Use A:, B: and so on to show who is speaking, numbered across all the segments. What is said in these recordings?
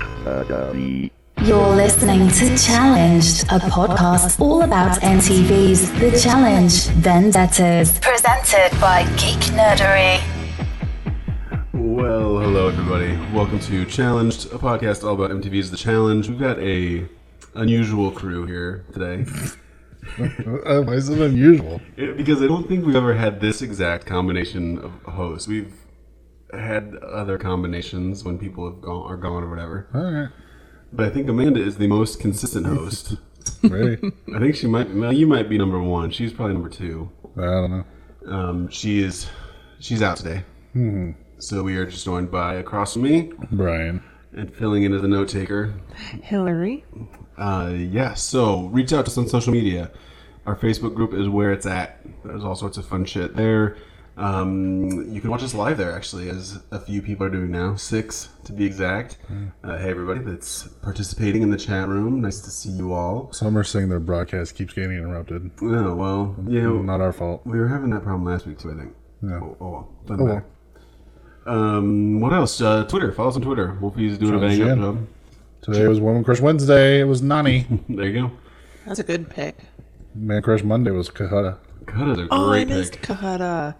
A: Academy.
B: You're listening to Challenged, a podcast all about NTV's The Challenge Vendettas, presented by Geek Nerdery.
C: Well, hello everybody. Welcome to Challenged, a podcast all about MTV's The Challenge. We've got a unusual crew here today
D: Uh, why is it unusual?
C: It- because I don't think we've ever had this exact combination of hosts. We've had other combinations when people have gone are gone or whatever.
D: All right,
C: But I think Amanda is the most consistent host.
D: maybe.
C: I think she might. well, You might be number one. She's probably number two.
D: I don't know.
C: Um, she is. She's out today. So we are just joined by across from me
D: Brian.
C: and filling in as a note taker,
E: Hillary.
C: Uh, yeah, so reach out to us on social media. Our Facebook group is where it's at. There's all sorts of fun shit there. Um, you can watch us live there, actually, as a few people are doing now, six to be exact.
D: Hmm.
C: Uh, hey, everybody that's participating in the chat room, nice to see you all.
D: Some are saying their broadcast keeps getting interrupted.
C: Oh, well, you know,
D: Not our fault.
C: we were having that problem last week, too, I think.
D: Yeah.
C: Oh, oh well. Doesn't
D: Oh, well.
C: matter. Um, what else? Uh, Twitter. Follow us on Twitter. Wolfie's doing a
D: Challenge
C: bang up
D: Jam.
C: job.
D: Today was Woman Crush Wednesday. It was Nani.
C: There you go.
E: That's a good pick.
D: Man Crush Monday was Kahada.
C: God, that's a great
E: Oh, I
C: pick.
E: missed Kahada.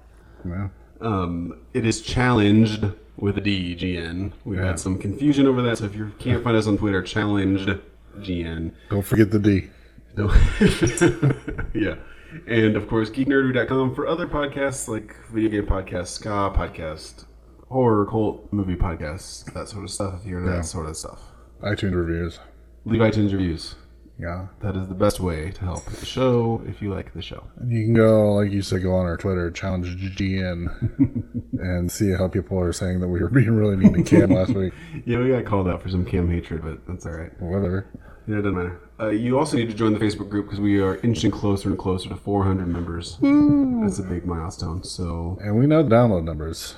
D: Yeah.
C: Um, it is challenged with a D E G N. We've had some confusion over that, so if you can't find us on Twitter, challenged GN.
D: Don't forget the D.
C: No. yeah. And of course, geeknerdery.com for other podcasts like video game podcasts, ska podcast, horror, cult, movie podcasts, that sort of stuff. If you're into
D: Yeah.
C: that sort of stuff,
D: iTunes reviews.
C: leave iTunes reviews.
D: Yeah.
C: That is the best way to help the show if you like the show.
D: And you can go, like you said, go on our Twitter, challenge GN, and see how people are saying that we were being really mean to Cam last week.
C: Yeah, we got called out for some Kim hatred, but that's all right.
D: Whatever.
C: Yeah, it doesn't matter. Uh, you also need to join the Facebook group because we are inching closer and closer to 400 members.
E: Hmm.
C: That's a big milestone. So
D: And we know the download numbers.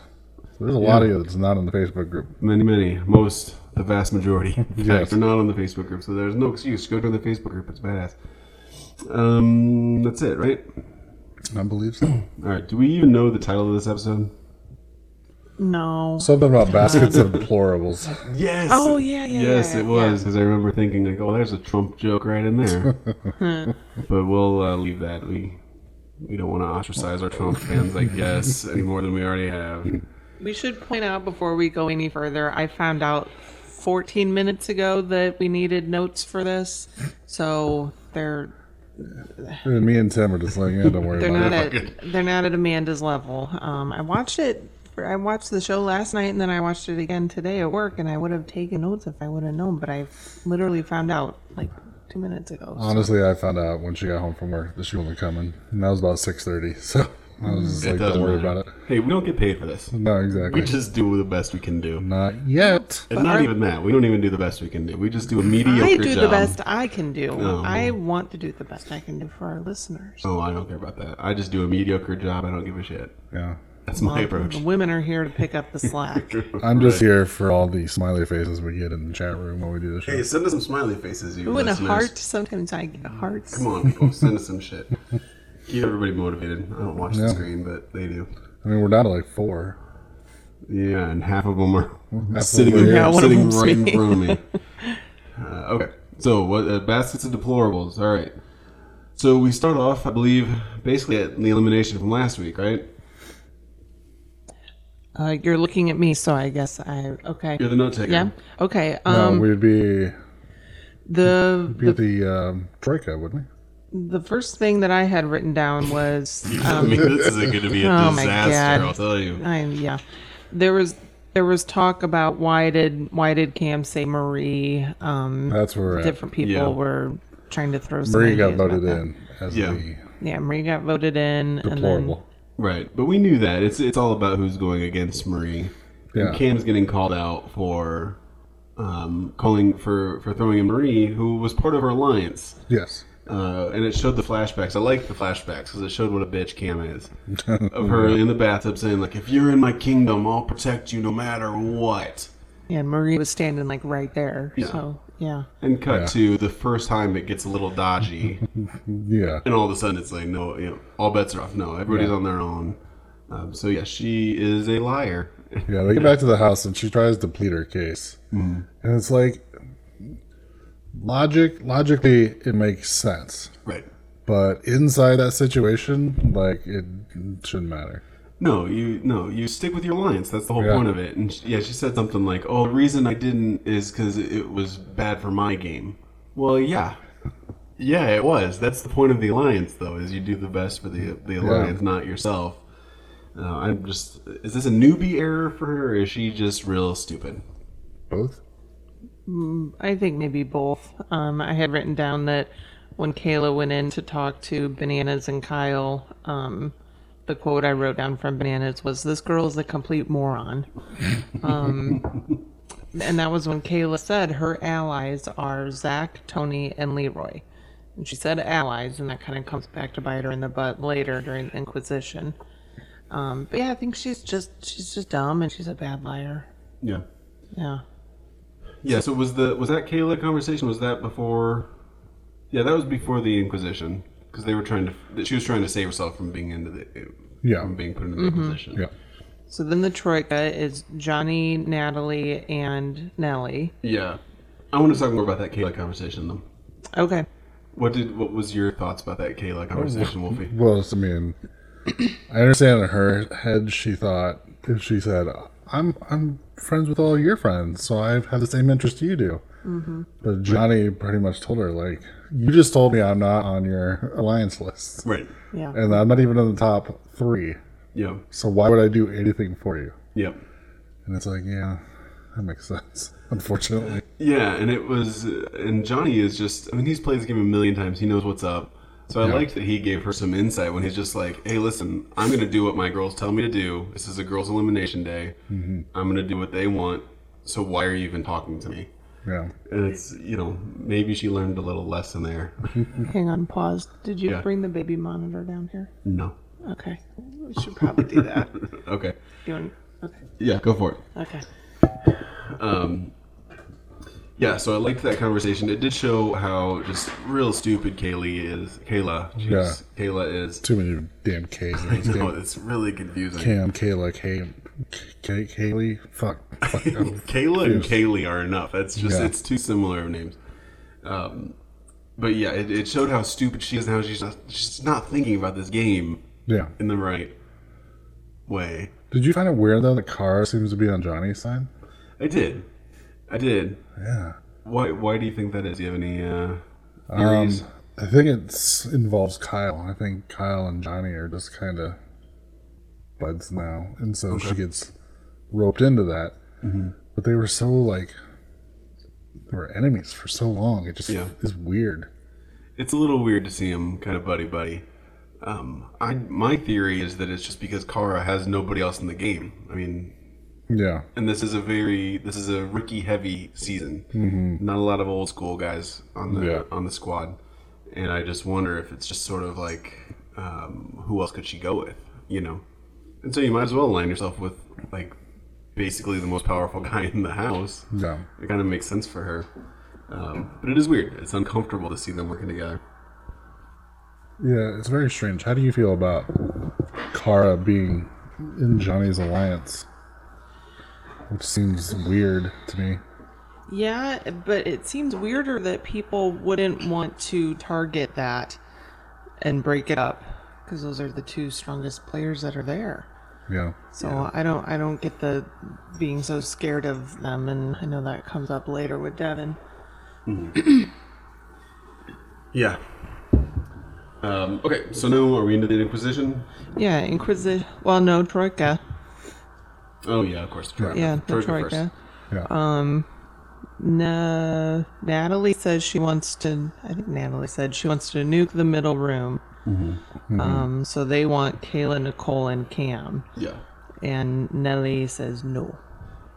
D: So there's a lot of you that's not in the Facebook group.
C: many, many, most, the vast majority, in fact,
D: Yes.
C: are not on the Facebook group. So there's no excuse. Go join the Facebook group. It's badass. Um, that's it, right?
D: I believe so.
C: All right. Do we even know the title of this episode?
E: No.
D: Something about baskets of deplorables.
C: Yes.
E: Oh, yeah, yeah,
C: Yes,
E: yeah,
C: it
E: yeah.
C: was because I remember thinking like, oh, there's a Trump joke right in there. but we'll uh, leave that. We we don't want to ostracize our Trump fans, I guess, any more than we already have.
E: We should point out before we go any further, I found out 14 minutes ago that we needed notes for this. So they're
D: And me and Tim are just like, yeah, don't worry
E: they're
D: about
E: not
D: it.
E: at they're not at Amanda's level. Um, I watched it I watched the show last night and then I watched it again today at work and I would have taken notes if I would have known, but I literally found out like 2 minutes ago. So-
D: Honestly, I found out when she got home from work that she wasn't coming, and that was about six thirty. So I was just like, "Don't worry about it."
C: Hey, we don't get paid for this.
D: No,
C: We
D: exactly.
C: just do the best we can do.
D: Not yet.
C: And not even that. We don't even do the best we can do. We just do a mediocre
E: I do
C: job.
E: the best I can do.
C: Oh.
E: I want to do the best I can do for our listeners.
C: Oh, I don't care about that. I just do a mediocre job. I don't give a shit.
D: Yeah,
C: That's my approach.
E: The women are here to pick up the slack.
D: I'm just here for all the smiley faces we get in the chat room when we do the show.
C: Hey, send us some smiley faces, you
E: Ooh, and a
C: listeners.
E: heart. Sometimes I get hearts.
C: Come on, people, send us some shit. Keep everybody motivated. I don't watch the screen, but they do.
D: I mean, we're down to like four.
C: Yeah, and half of them are
D: That's
C: sitting,
D: over
C: in-
D: here.
E: Yeah, one of
C: sitting
E: them's
C: right in
E: me.
C: front of me. Uh, okay, so what? Uh, baskets of deplorables. All right. So we start off, I believe, basically at the elimination from last week, right?
E: Uh, you're looking at me, so I guess I okay.
C: You're the note taker.
E: Yeah. Okay.
D: Uh,
E: Um.
D: we'd be
E: the
D: be at the um, troika, wouldn't we?
E: the first thing that I had written down was
C: I mean, this is going to be a
E: Oh my
C: disaster.
E: God.
C: I'll tell you.
E: I yeah. There was there was talk about why did why did Cam say Marie? Um.
D: That's where we're at.
E: different people
C: Yeah.
E: were trying to throw. some
D: Marie got
E: ideas about
D: voted
E: that.
D: in as
C: Yeah.
D: the
E: Yeah, Marie got voted in, and then
D: deplorable.
C: Right, but we knew that. It's it's all about who's going against Marie.
D: Yeah.
C: And Cam's getting called out for um, calling for for throwing in Marie, who was part of her alliance.
D: Yes.
C: uh, and it showed the flashbacks. I liked the flashbacks because it showed what a bitch Cam is. of her in the bathtub saying, like, if you're in my kingdom, I'll protect you no matter what.
E: Yeah, and Marie was standing like right there. So yeah,
C: And cut to the first time it gets a little dodgy,
D: Yeah.
C: and all of a sudden it's like, no, you know, all bets are off. No, everybody's on their own. Um, so yeah, she is a liar.
D: Yeah, they get back to the house and she tries to plead her case. And it's like, logic logically it makes sense,
C: Right.
D: but inside that situation, like it shouldn't matter.
C: No, you no, you stick with your alliance. That's the whole
D: Yeah.
C: point of it. And she, yeah, she said something like, "Oh, the reason I didn't is because it was bad for my game." Well, yeah, yeah, it was. That's the point of the alliance, though, is you do the best for the the alliance, not yourself. Uh, I'm just. Is this a newbie error for her? Or is she just real stupid?
D: Both.
E: I think maybe both. Um, I had written down that when Kayla went in to talk to Bananas and Kyle, um, the quote I wrote down from Bananas was, "This girl is a complete moron." Um, and that was when Kayla said her allies are Zach, Tony, and Leroy. And she said allies, and that kind of comes back to bite her in the butt later during the Inquisition. Um, but yeah, I think she's just she's just dumb and she's a bad liar.
C: Yeah.
E: Yeah.
C: Yeah. So was the was that Kayla conversation? Was that before? Yeah, that was before the Inquisition because they were trying to. that She was trying to save herself from being into the.
D: Yeah. Mm-hmm.
C: From being put into the Inquisition.
D: Yeah.
E: So then the troika is Johnny, Natalie, and Nellie.
C: Yeah, I want to talk more about that Kayla conversation though.
E: Okay.
C: What did what was your thoughts about that Kayla conversation, Wolfie?
D: Well, it's- I mean, I understand in her head she thought if she said, "I'm I'm friends with all your friends, so I have the same interest you do," but Johnny pretty much told her like, "You just told me I'm not on your alliance list,
C: Right.
E: Yeah.
D: and I'm not even in the top three,
C: Yeah.
D: so why would I do anything for you?"
C: Yeah.
D: And it's like, yeah, that makes sense. Unfortunately,
C: Yeah, and it was and Johnny is just I mean he's played this game a million times. He knows what's up. So I
D: Yeah.
C: liked that he gave her some insight when he's just like, "Hey, listen, I'm gonna do what my girls tell me to do. This is a girls' elimination day.
D: Mm-hmm.
C: I'm gonna do what they want. So why are you even talking to me?"
D: yeah.
C: And it's you know maybe she learned a little lesson there.
E: Hang on, pause. Did you
C: Yeah.
E: bring the baby monitor down here?
C: no.
E: Okay. We should probably do that.
C: Okay.
E: You want, okay.
C: Yeah, go for it.
E: Okay.
C: Yeah, so I liked that conversation. It did show how just real stupid Kaylee is. Kayla, jeez.
D: Yeah.
C: Kayla is.
D: Too many damn K's in this
C: No,
D: game.
C: it's really confusing.
D: Cam, Kayla, Cam, Kay, Kaylee, fuck. fuck I'm
C: Kayla and Kaylee are enough. That's just
D: Um, Yeah.
C: it's too similar of names. Um, but yeah, it, it showed how stupid she is and how she's not, she's not thinking about this game
D: yeah.
C: in the right way.
D: Did you find it weird though? The car seems to be on Johnny's side.
C: I did, I did.
D: Yeah.
C: Why why do you think that is? Do you have any uh,
D: Um,
C: theories?
D: I think it's involves Kyle. I think Kyle and Johnny are just kind of buds now, and so she gets roped into that. But they were so like they were enemies for so long. It just
C: Yeah.
D: is weird.
C: It's a little weird to see him kind of buddy buddy. Um, I my theory is that it's just because Kara has nobody else in the game. I mean,
D: Yeah.
C: and this is a very this is a Ricky heavy season. Mm-hmm. Not a lot of old school guys on the
D: Yeah.
C: on the squad, and I just wonder if it's just sort of like um, who else could she go with, you know? And so you might as well align yourself with like basically the most powerful guy in the house.
D: Yeah.
C: It kind of makes sense for her, um, but it is weird. It's uncomfortable to see them working together.
D: Yeah, it's very strange. How do you feel about Kara being in Johnny's alliance? Which seems weird to me.
E: Yeah, but it seems weirder that people wouldn't want to target that and break it up because those are the two strongest players that are there.
D: Yeah.
E: So I don't I don't get the being so scared of them and I know that comes up later with Devin.
C: Yeah. Um, okay, so now are we into the Inquisition?
E: Yeah, Inquisition. Well, no, Troika.
C: Oh yeah, of course. Troika.
E: Yeah, the Troika.
D: Yeah.
E: Na- Natalie says she wants to. I think Natalie said she wants to nuke the middle room. Um, so they want Kayla, Nicole, and Cam.
C: Yeah.
E: And Nellie says no.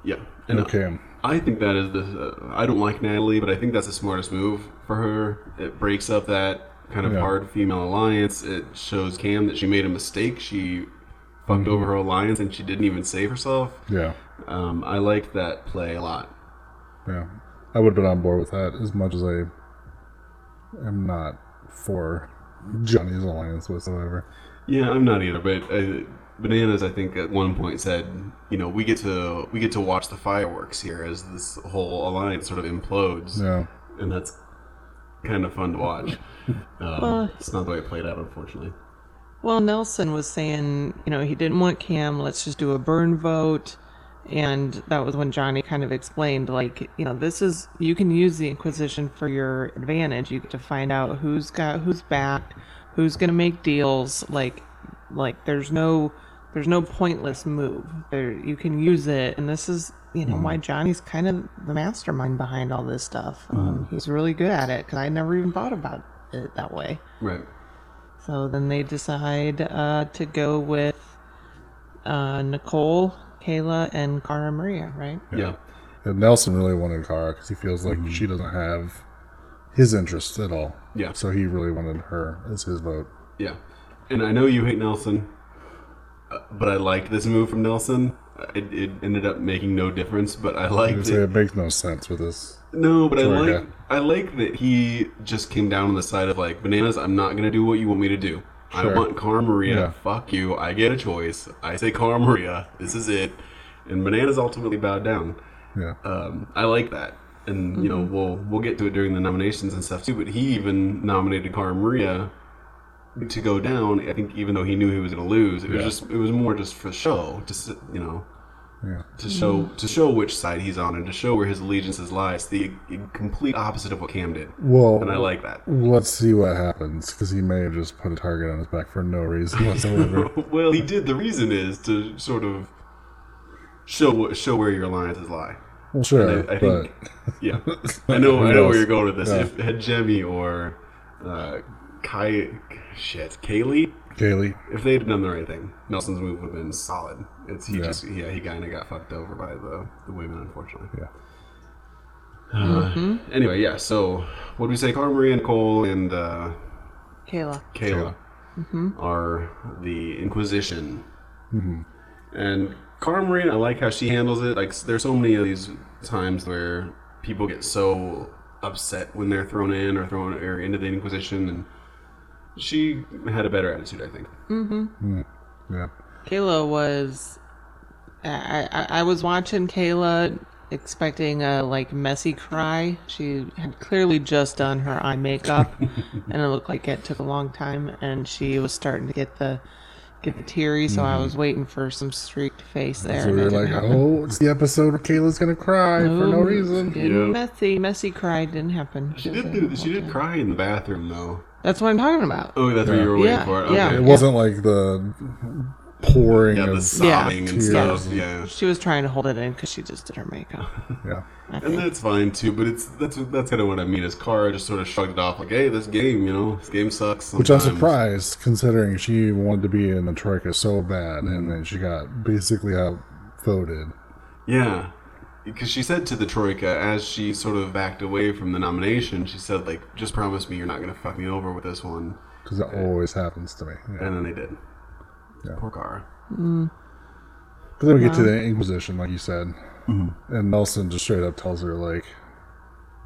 C: Yeah. And
D: okay.
C: I think that is the. Uh, I don't like Natalie, but I think that's the smartest move for her. It breaks up that kind of
D: Yeah.
C: hard female alliance. It shows Cam that she made a mistake. She fucked over her alliance, and she didn't even save herself.
D: Mm-hmm. Yeah.
C: Um, I liked that play a lot.
D: Yeah. I would have been on board with that as much as I am not for Johnny's alliance whatsoever.
C: Yeah, I'm not either. But uh, bananas, I think at one point said, you know, we get to we get to watch the fireworks here as this whole alliance sort of implodes.
D: Yeah.
C: and that's kind of fun to watch. Um,
E: Well-
C: it's not the way it played out, unfortunately.
E: Well, Nelson was saying, you know, he didn't want Cam. Let's just do a burn vote. And that was when Johnny kind of explained, like, you know, this is you can use the Inquisition for your advantage. You get to find out who's got who's back, who's gonna make deals. Like, like there's no there's no pointless move. There you can use it, and this is you know why Johnny's kind of the mastermind behind all this stuff. Um, he's really good at it because I never even thought about it that way.
C: Right.
E: So then they decide uh, to go with uh, Nicole, Kayla, and Cara Maria, right?
C: Yeah.
D: And Nelson really wanted Kara because he feels like she doesn't have his interests at all.
C: Mm-hmm. Yeah.
D: So he really wanted her as his vote.
C: Yeah. And I know you hate Nelson, uh, but I liked this move from Nelson. It, it ended up making no difference, but I
D: You would
C: liked
D: say
C: it.
D: it makes no sense with this.
C: No, but I
D: Sure,
C: like
D: yeah.
C: I like that he just came down on the side of like bananas. I'm not gonna do what you want me to do. I
D: Sure.
C: want Cara Maria.
D: Yeah.
C: Fuck you. I get a choice. I say Cara Maria. This is it. And bananas ultimately bowed down.
D: Yeah.
C: Um, I like that. And you know we'll we'll get to it during the nominations and stuff too. But he even nominated Cara Maria to go down. I think even though he knew he was gonna lose, it was
D: Yeah.
C: just it was more just for show. Just you know
D: Yeah.
C: to show to show which side he's on and to show where his allegiances lies. The complete opposite of what Cam did,
D: Well,
C: and I like that.
D: let's see what happens because he may have just put a target on his back for no reason whatsoever.
C: well, he did. The reason is to sort of show what- show where your alliances lie.
D: well, sure,
C: I, I
D: but
C: think, yeah, I know. I know where
D: knows?
C: you're going with this.
D: Yeah.
C: If had Jemmy or uh, Kai, shit, Kaylee,
D: Kaylee,
C: if they had done the right thing, Nelson's move would have been solid. It's he
D: Yeah.
C: just yeah he kind of got fucked over by the the women, unfortunately.
D: yeah, Uh-huh.
C: Anyway, yeah. So what do we say? Cara Maria, Nicole, and uh,
E: Kayla.
C: Kayla
E: Mm-hmm.
C: are the Inquisition.
D: Mm-hmm.
C: And Cara Maria, I like how she handles it. Like, s- there's so many of these times where people get so upset when they're thrown in or thrown or into the Inquisition, and she had a better attitude, I think.
D: yeah.
E: Kayla was. I, I, I was watching Kayla expecting a like messy cry. She had clearly just done her eye makeup, and it looked like it took a long time. And she was starting to get the get the teary, so I was waiting for some streaked face there.
D: So
E: and
D: Mm-hmm. we
E: it
D: were
E: didn't
D: like,
E: happen.
D: oh, it's the episode where Kayla's gonna cry for no
E: Ooh,
D: reason.
E: didn't
C: Yep.
E: Messy, messy cry didn't happen.
C: She did do. She did cry in the bathroom, though.
E: That's what I'm talking about.
C: Oh, that's what you were waiting
E: Yeah,
C: for.
E: yeah.
C: Okay.
D: It wasn't like the pouring
C: Yeah, the
D: of
C: sobbing and
D: Yeah.
C: stuff.
D: Tears.
C: Yeah.
E: She was trying to hold it in because she just did her makeup.
D: yeah,
E: I
C: And
E: think.
C: that's fine too, but it's that's that's kind of what I mean. Is Kara just sort of shrugged it off, like, "Hey, this game, you know, this game sucks."
D: which I'm
C: sometimes."
D: surprised considering she wanted to be in the troika so bad, and then she got basically outvoted.
C: Yeah, because she said to the Troika as she sort of backed away from the nomination, she said, "Like, just promise me you're not gonna fuck me over with this one."
D: Because that always happens to me. Yeah.
C: And then they did.
D: Yeah.
C: Poor Kara.
D: But then we get to the Inquisition, like you said, and Nelson just straight up tells her, like,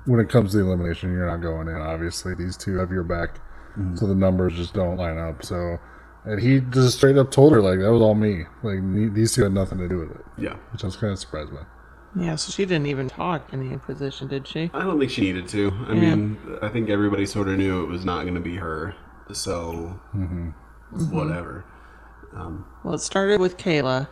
D: when it comes to the elimination, you're not going in. Obviously, these two have your back, so the numbers just don't line up. So, and he just straight up told her, like, that was all me. Like, me- these two had nothing to do with it,
C: Yeah,
D: which I was kind of surprised by.
E: Yeah, so she didn't even talk in the Inquisition, did she?
C: I don't think she needed to. I
E: Yeah.
C: mean, I think everybody sort of knew it was not gonna be her, so whatever.
E: Well, it started with Kayla.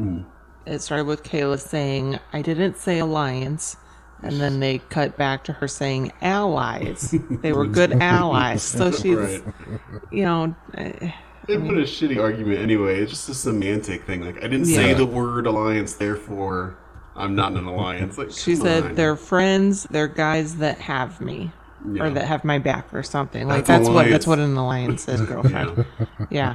C: Mm.
E: It started with Kayla saying, I didn't say alliance. And then they cut back to her saying allies. they were good allies. So she's,
C: Right.
E: you know, eh,
C: They put a shitty argument anyway. It's just a semantic thing. Like, I didn't say
E: Yeah.
C: the word alliance, therefore I'm not in an alliance. Like,
E: She
C: come
E: said
C: on.
E: they're friends, they're guys that have me.
C: Yeah.
E: Or that have my back or something. Like
C: That's
E: that's, what
C: alliance.
E: that's what an alliance is, girlfriend. yeah.
C: Yeah.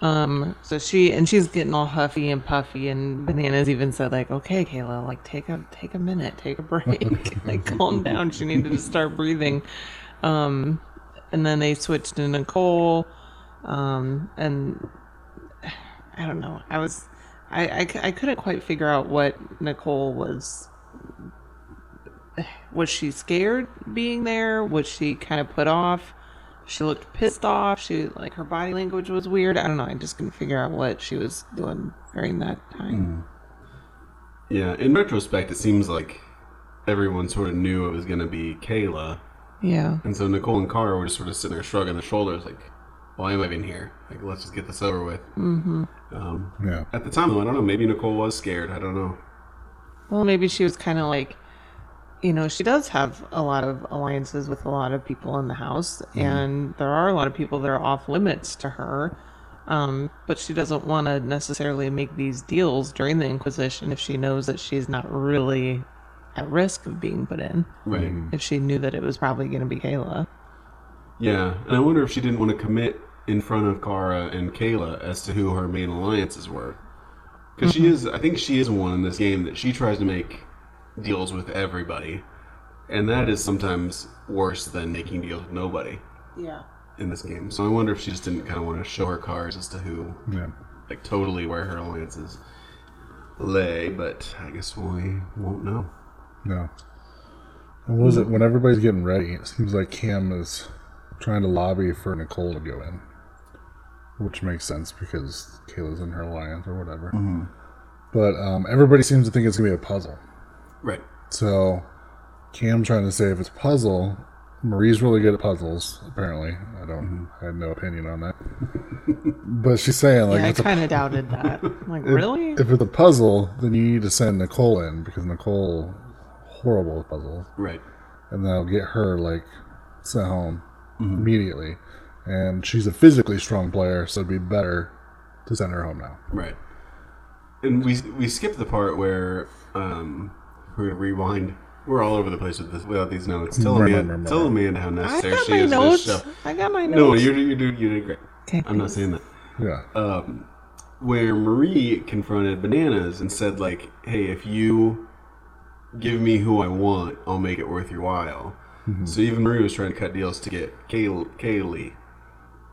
E: Um, so she and she's getting all huffy and puffy and bananas even said like, Okay, Kayla, like take a take a minute, take a break. like calm down. She needed to start breathing. Um and then they switched to Nicole. Um and I don't know. I was, I, I, cou- I couldn't quite figure out what Nicole was. Was she scared being there? Was she kind of put off? She looked pissed off. She like her body language was weird. I don't know. I just couldn't figure out what she was doing during that time.
C: Yeah, in retrospect, it seems like everyone sort of knew it was going to be Kayla.
E: Yeah.
C: And so Nicole and Cara were just sort of sitting there shrugging their shoulders, like, why am I even here? Like, let's just get this over with. Um,
D: Yeah.
C: at the time, though, I don't know. Maybe Nicole was scared. I don't know.
E: Well, maybe she was kind of like, you know, she does have a lot of alliances with a lot of people in the house, and there are a lot of people that are off limits to her. Um, but she doesn't want to necessarily make these deals during the Inquisition if she knows that she's not really at risk of being put in.
C: Right.
E: If she knew that it was probably going to be Kayla.
C: Yeah. And I wonder if she didn't want to commit in front of Kara and Kayla as to who her main alliances were. Because she is, I think she is one in this game that she tries to make deals with everybody. And that is sometimes worse than making deals with nobody
E: Yeah.
C: in this game. So I wonder if she just didn't kind of want to show her cards as to who,
D: Yeah.
C: like, totally where her alliances lay. But I guess we won't know.
D: No. And what was it? When everybody's getting ready, it seems like Cam is trying to lobby for Nicole to go in, which makes sense because Kayla's in her alliance or whatever. But um, everybody seems to think it's going to be a puzzle.
C: Right.
D: So Cam trying to say if it's puzzle, Marie's really good at puzzles, apparently. I don't I had no opinion on that. but she's saying like
E: yeah, I
D: it's a
E: kind of doubted that. I'm like, really?
D: if it's a puzzle, then you need to send Nicole in because Nicole horrible with puzzles,
C: Right.
D: and that'll get her like sent home immediately. And she's a physically strong player, so it'd be better to send her home now.
C: Right. And we we skipped the part where um, we're gonna rewind. We're all over the place with this, without these notes. Tell
D: Right,
C: Amanda,
D: right, right,
C: tell
D: right.
C: Amanda how
E: I
C: necessary
E: got
C: she
E: my
C: is for
E: notes.
C: this show.
E: I got my notes.
C: No, you're you do you did great.
E: Okay,
C: I'm not
E: thanks.
C: saying that.
D: Yeah,
C: Um, where Marie confronted Bananas and said like, "Hey, if you give me who I want, I'll make it worth your while." So even Marie was trying to cut deals to get Kaylee. Kaylee.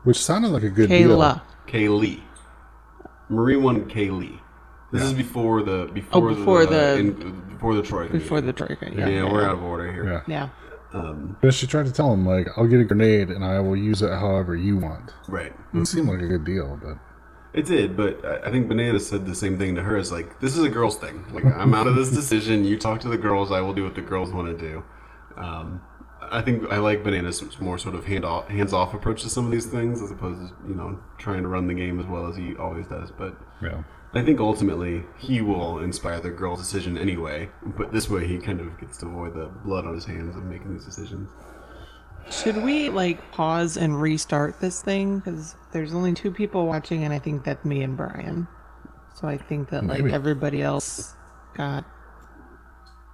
D: which sounded like a good
E: Kayla.
D: deal.
C: Kaylee. Marie wanted Kaylee. This is before the before,
E: Oh, before the-
C: in- before the Troy
E: Before
C: community.
E: the trigger.
C: yeah, we're out of order here
D: Yeah,
E: Yeah.
D: but she tried to tell him like, "I'll get a grenade and I will use it however you want."
C: right
D: It seemed like a good deal, but
C: it did but I, I think banana said the same thing to her as like this is a girls thing like I'm out of this decision you talk to the girls I will do what the girls want to do um, I think I like banana's more sort of hand off hands off approach to some of these things as opposed to you know trying to run the game as well as he always does but
D: yeah,
C: I think ultimately he will inspire the girl's decision anyway, but this way he kind of gets to avoid the blood on his hands of making these decisions.
E: Should we like pause and restart this thing? Because there's only two people watching, and I think that's me and Brian. So I think that like
D: Maybe.
E: everybody else got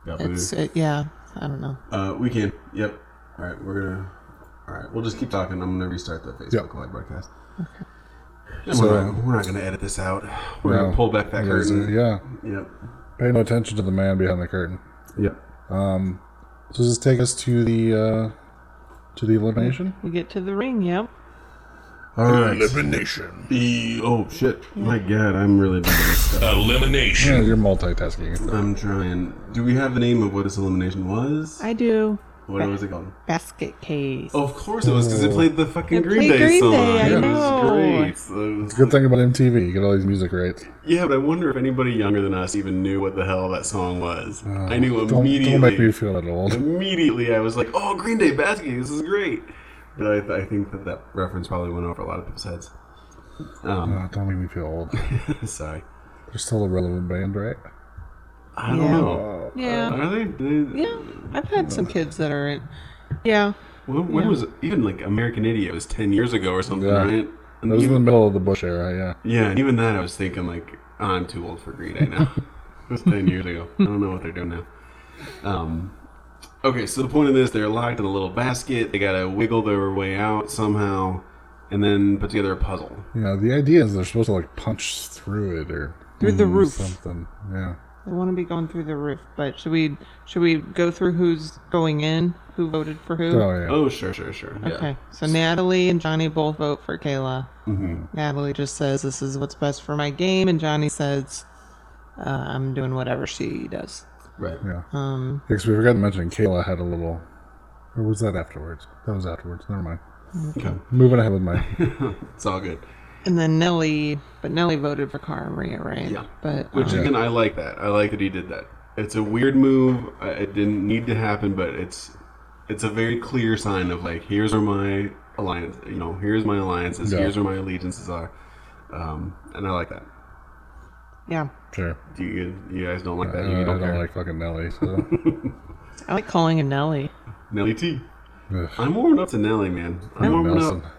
C: Yeah,
E: it's it, yeah. I don't know.
C: uh, we can. Yep. All right, we're gonna. All right, we'll just keep talking. I'm gonna restart the Facebook
D: Yep.
C: live broadcast. And
D: So- uh,
C: we're, not, we're not gonna edit this out. We're gonna
D: No.
C: pull back that
D: There's a-
C: curtain.
D: yeah.
C: Yep.
D: Pay no attention to the man behind the curtain.
C: Yep.
D: So does this take us to the uh, to the elimination?
E: We get to the ring. Yep.
C: All right.
A: Elimination.
C: The- oh shit! My god, I'm really bad at this stuff.
A: Elimination.
D: Yeah, you're multitasking.
C: I'm trying. Do we have the name of what this elimination was?
E: I do
C: what was it called?
E: basket case.
C: Of course it was because
D: Oh.
C: it played the fucking
E: It
C: Green
E: played
C: Day
E: Green
C: song.
E: Day, I
C: it
E: know.
C: was great. It was-
D: Good thing about MTV, you get all these music rights.
C: yeah, but I wonder if anybody younger than us even knew what the hell that song was. I knew
D: Oh. Don't,
C: immediately.
D: don't make me feel that old.
C: immediately, I was like, "Oh, Green Day, Basket, this is great." But I, I think that that reference probably went over a lot of people's heads. Um,
D: Uh, don't make me feel old.
C: sorry.
D: They're still a relevant band, right?
C: Mm-hmm. I don't
E: Yeah.
C: know.
E: yeah.
C: Are they? they
E: yeah. I've had some kids that are in. Yeah.
C: When, when was it? even like American Idiot was ten years ago or something,
D: Yeah.
C: right? And
D: Those in
C: even-
D: the middle of the Bush era, yeah.
C: Yeah, and even that, I was thinking like, I'm too old for Green Day now. it was ten years ago. I don't know what they're doing now. Um, okay, so the point of this, they're locked in a little basket. They gotta wiggle their way out somehow, and then put together a puzzle.
D: Yeah, the idea is they're supposed to like punch through it or
E: Through the roof.
D: something. Yeah.
E: I want to be going through the roof, but should we should we go through who's going in, who voted for who?
D: Oh yeah.
C: Oh, sure, sure, sure. Yeah.
E: Okay, so Natalie and Johnny both vote for Kayla.
D: Mm-hmm.
E: Natalie just says, This is what's best for my game. And Johnny says, uh, I'm doing whatever she does.
C: Right.
D: Yeah. Um. Because we forgot to mention Kayla had a little. Or was that afterwards? That was afterwards. Never mind.
C: Okay.
D: Moving ahead with my.
C: It's all good.
E: And then Nellie, but Nellie voted for Cara Maria, right?
C: Yeah.
E: But
C: Which
E: um,
C: again, I like that. I like that he did that. it's a weird move. Uh, It didn't need to happen, but it's it's a very clear sign of like here's where my alliance, you know, here's my alliances,
D: Yeah.
C: here's where my allegiances are, um, and I like that.
E: Yeah.
D: Sure.
C: Do you you guys don't like
D: Uh,
C: that?
D: I
C: You don't
D: don't
C: care.
D: like fucking Nelly. So.
E: I like calling him Nelly.
C: Nelly T.
D: Ugh.
C: I'm warming up to Nelly, man. I'm warming
D: Nelson.
C: up.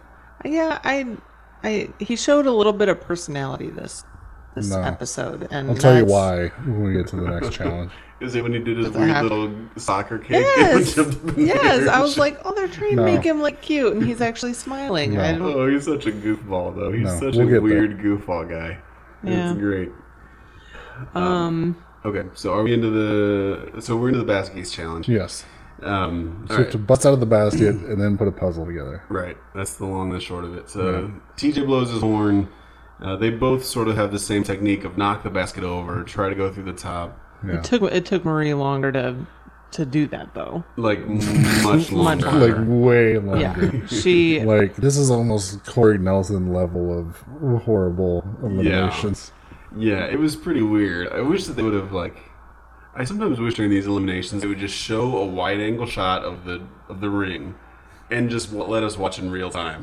E: Yeah, I, I he showed a little bit of personality this this
D: No.
E: episode, and
D: I'll tell you
E: that's-
D: why when we get to the next challenge.
C: Is it when he did his
E: that
C: weird
E: happen?
C: little soccer kick?
E: Yes,
C: and jumped up in the
E: yes.
C: air?
E: I was like, oh, they're trying
D: No.
E: to make him look cute, and he's actually smiling. I
D: No.
E: don't,
C: Oh, he's such a goofball, though. He's
D: No,
C: such
D: we'll
C: a
D: get there.
C: weird goofball guy.
E: Yeah.
C: It's great.
E: um,
C: Okay, so are we into the? So we're into the basket case challenge.
D: yes.
C: Um,
D: So
C: all
D: you
C: right.
D: have to bust out of the basket and then put a puzzle together.
C: Right. That's the long and the short of it. So TJ blows his horn. Uh, they both sort of have the same technique of knock the basket over, try to go through the top,
D: Yeah.
E: it took it took Marie longer to to do that though.
C: like m- much longer.
D: Like way longer.
E: Yeah, she.
D: Like this is almost Corey Nelson level of horrible eliminations.
C: Yeah, it was pretty weird. I wish that they would have like. I sometimes wish during these eliminations they would just show a wide angle shot of the of the ring, and just w- let us watch in real time,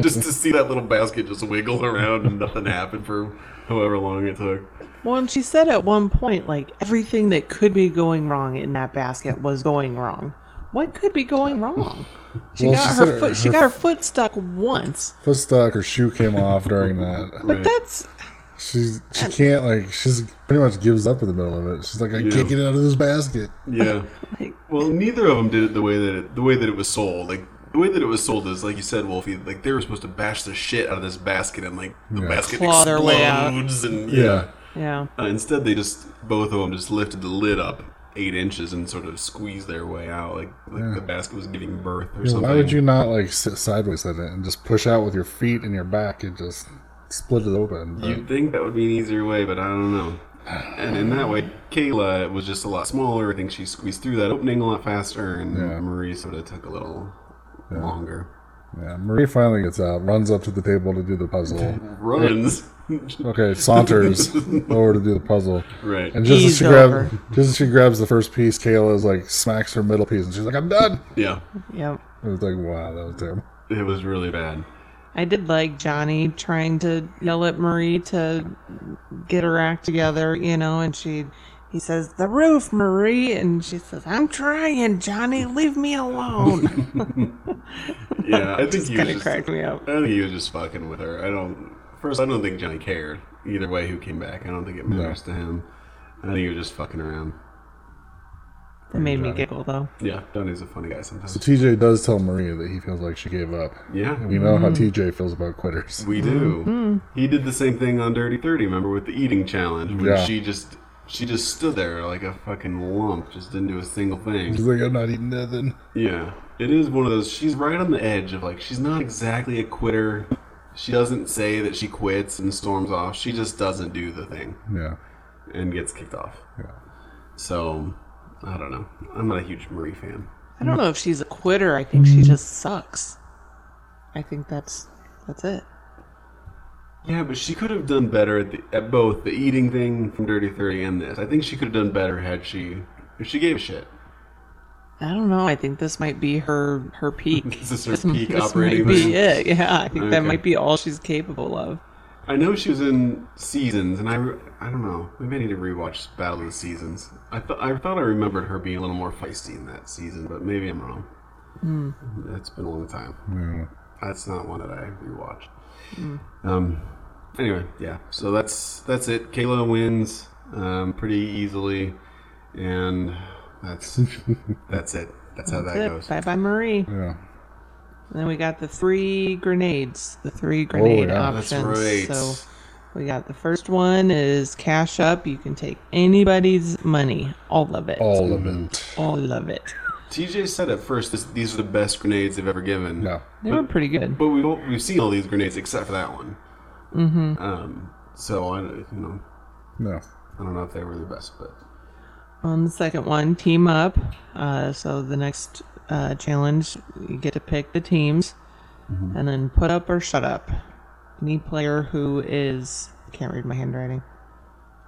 C: just to see that little basket just wiggle around and nothing happen for however long it took.
E: Well, and she said at one point, like everything that could be going wrong in that basket was going wrong. What could be going wrong? She
D: Well,
E: got
D: she
E: her
D: said
E: foot. She
D: her-
E: got her foot stuck once,
D: Foot stuck, her shoe came off during that.
E: but that's
D: She's she can't like she's pretty much gives up in the middle of it. She's like, I
C: Yeah.
D: can't get out of this basket.
C: Yeah.
E: like
C: Well, neither of them did it the way that it, the way that it was sold. Like the way that it was sold is like you said, Wolfie. Like they were supposed to bash the shit out of this basket, and like the
D: Yeah.
C: basket
E: Claw their way out.
C: explodes, and
D: Yeah.
E: yeah.
C: Uh, instead, they just both of them just lifted the lid up eight inches and sort of squeezed their way out, like like the basket was giving birth or something.
D: Why would you not like sit sideways at it and just push out with your feet and your back and just split it open?
C: You'd think that would be an easier way, but I don't know. And in that way, Kayla was just a lot smaller. I think she squeezed through that opening a lot faster, and
D: Yeah.
C: Marie sort of took a little longer.
D: Yeah, Marie finally gets out, runs up to the table to do the puzzle.
C: Runs
D: Okay, saunters over to do the puzzle.
C: right.
D: And just as
E: He's
D: she grabs,
E: over.
D: just as she grabs the first piece, Kayla is like smacks her middle piece, and she's like, "I'm done."
C: Yeah,
E: Yep.
D: It was like, wow, that was terrible.
C: it was really bad.
E: I did like Johnny trying to yell at Marie to get her act together, you know, and she he says, The roof, Marie and she says, I'm trying, Johnny, leave me alone.
C: Yeah, I think you
E: kinda
C: just,
E: cracked me up.
C: I think he was just fucking with her. I don't. First, I don't think Johnny cared either way who came back. I don't think it matters to him. I think he was just fucking around.
E: it made me giggle though.
C: Yeah, Johnny's a funny guy sometimes.
D: So TJ does tell Marie that he feels like she gave up.
C: Yeah,
D: We know how TJ feels about quitters.
C: we do.
D: Mm-hmm.
C: He did the same thing on Dirty Thirty. Remember with the eating challenge when
D: Yeah.
C: she just she just stood there like a fucking lump, just didn't do a single
D: She's
C: thing.
D: like, "I'm not eating nothing."
C: Yeah, it is one of those. She's right on the edge of like she's not exactly a quitter. She doesn't say that she quits and storms off. She just doesn't do the thing.
D: Yeah,
C: and gets kicked off.
D: Yeah.
C: So I don't know. I'm not a huge Marie fan.
E: I don't know if she's a quitter. I think
C: Mm.
E: she just sucks. I think that's that's it.
C: Yeah, but she could have done better at, the, at both the eating thing from Dirty Thirty and this. I think she could have done better had she if she gave a shit.
E: I don't know. I think this might be her her peak.
C: This is her peak
E: this
C: operating.
E: might be
C: thing.
E: it. Yeah, I think that
C: Okay.
E: might be all she's capable of.
C: I know she was in Seasons, and I re- I don't know. Maybe I need to rewatch Battle of the Seasons. I thought I thought I remembered her being a little more feisty in that season, but maybe I'm wrong. Hmm. It's been a long time.
D: yeah.
C: That's not one that I rewatched. Um, anyway, yeah. So that's that's it. Kayla wins um, pretty easily, and that's that's it. That's how that goes.
E: Bye bye Marie.
D: yeah.
E: And then we got the three grenades, the three grenade
D: yeah,
C: That's
E: options.
C: right.
E: So we got the first one is cash up. You can take anybody's money, all of it,
D: All of it.
E: all of it.
C: TJ said at first this, these are the best grenades they've ever given.
D: No.
E: They were pretty good.
C: But we've all- we've seen all these grenades except for that one. Mm-hmm. Um, so I you know
D: No.
C: I don't know if they were the best, but
E: On the second one, team up. Uh, so the next uh, challenge, you get to pick the teams, and then put up or shut up. Any player who is can't read my handwriting.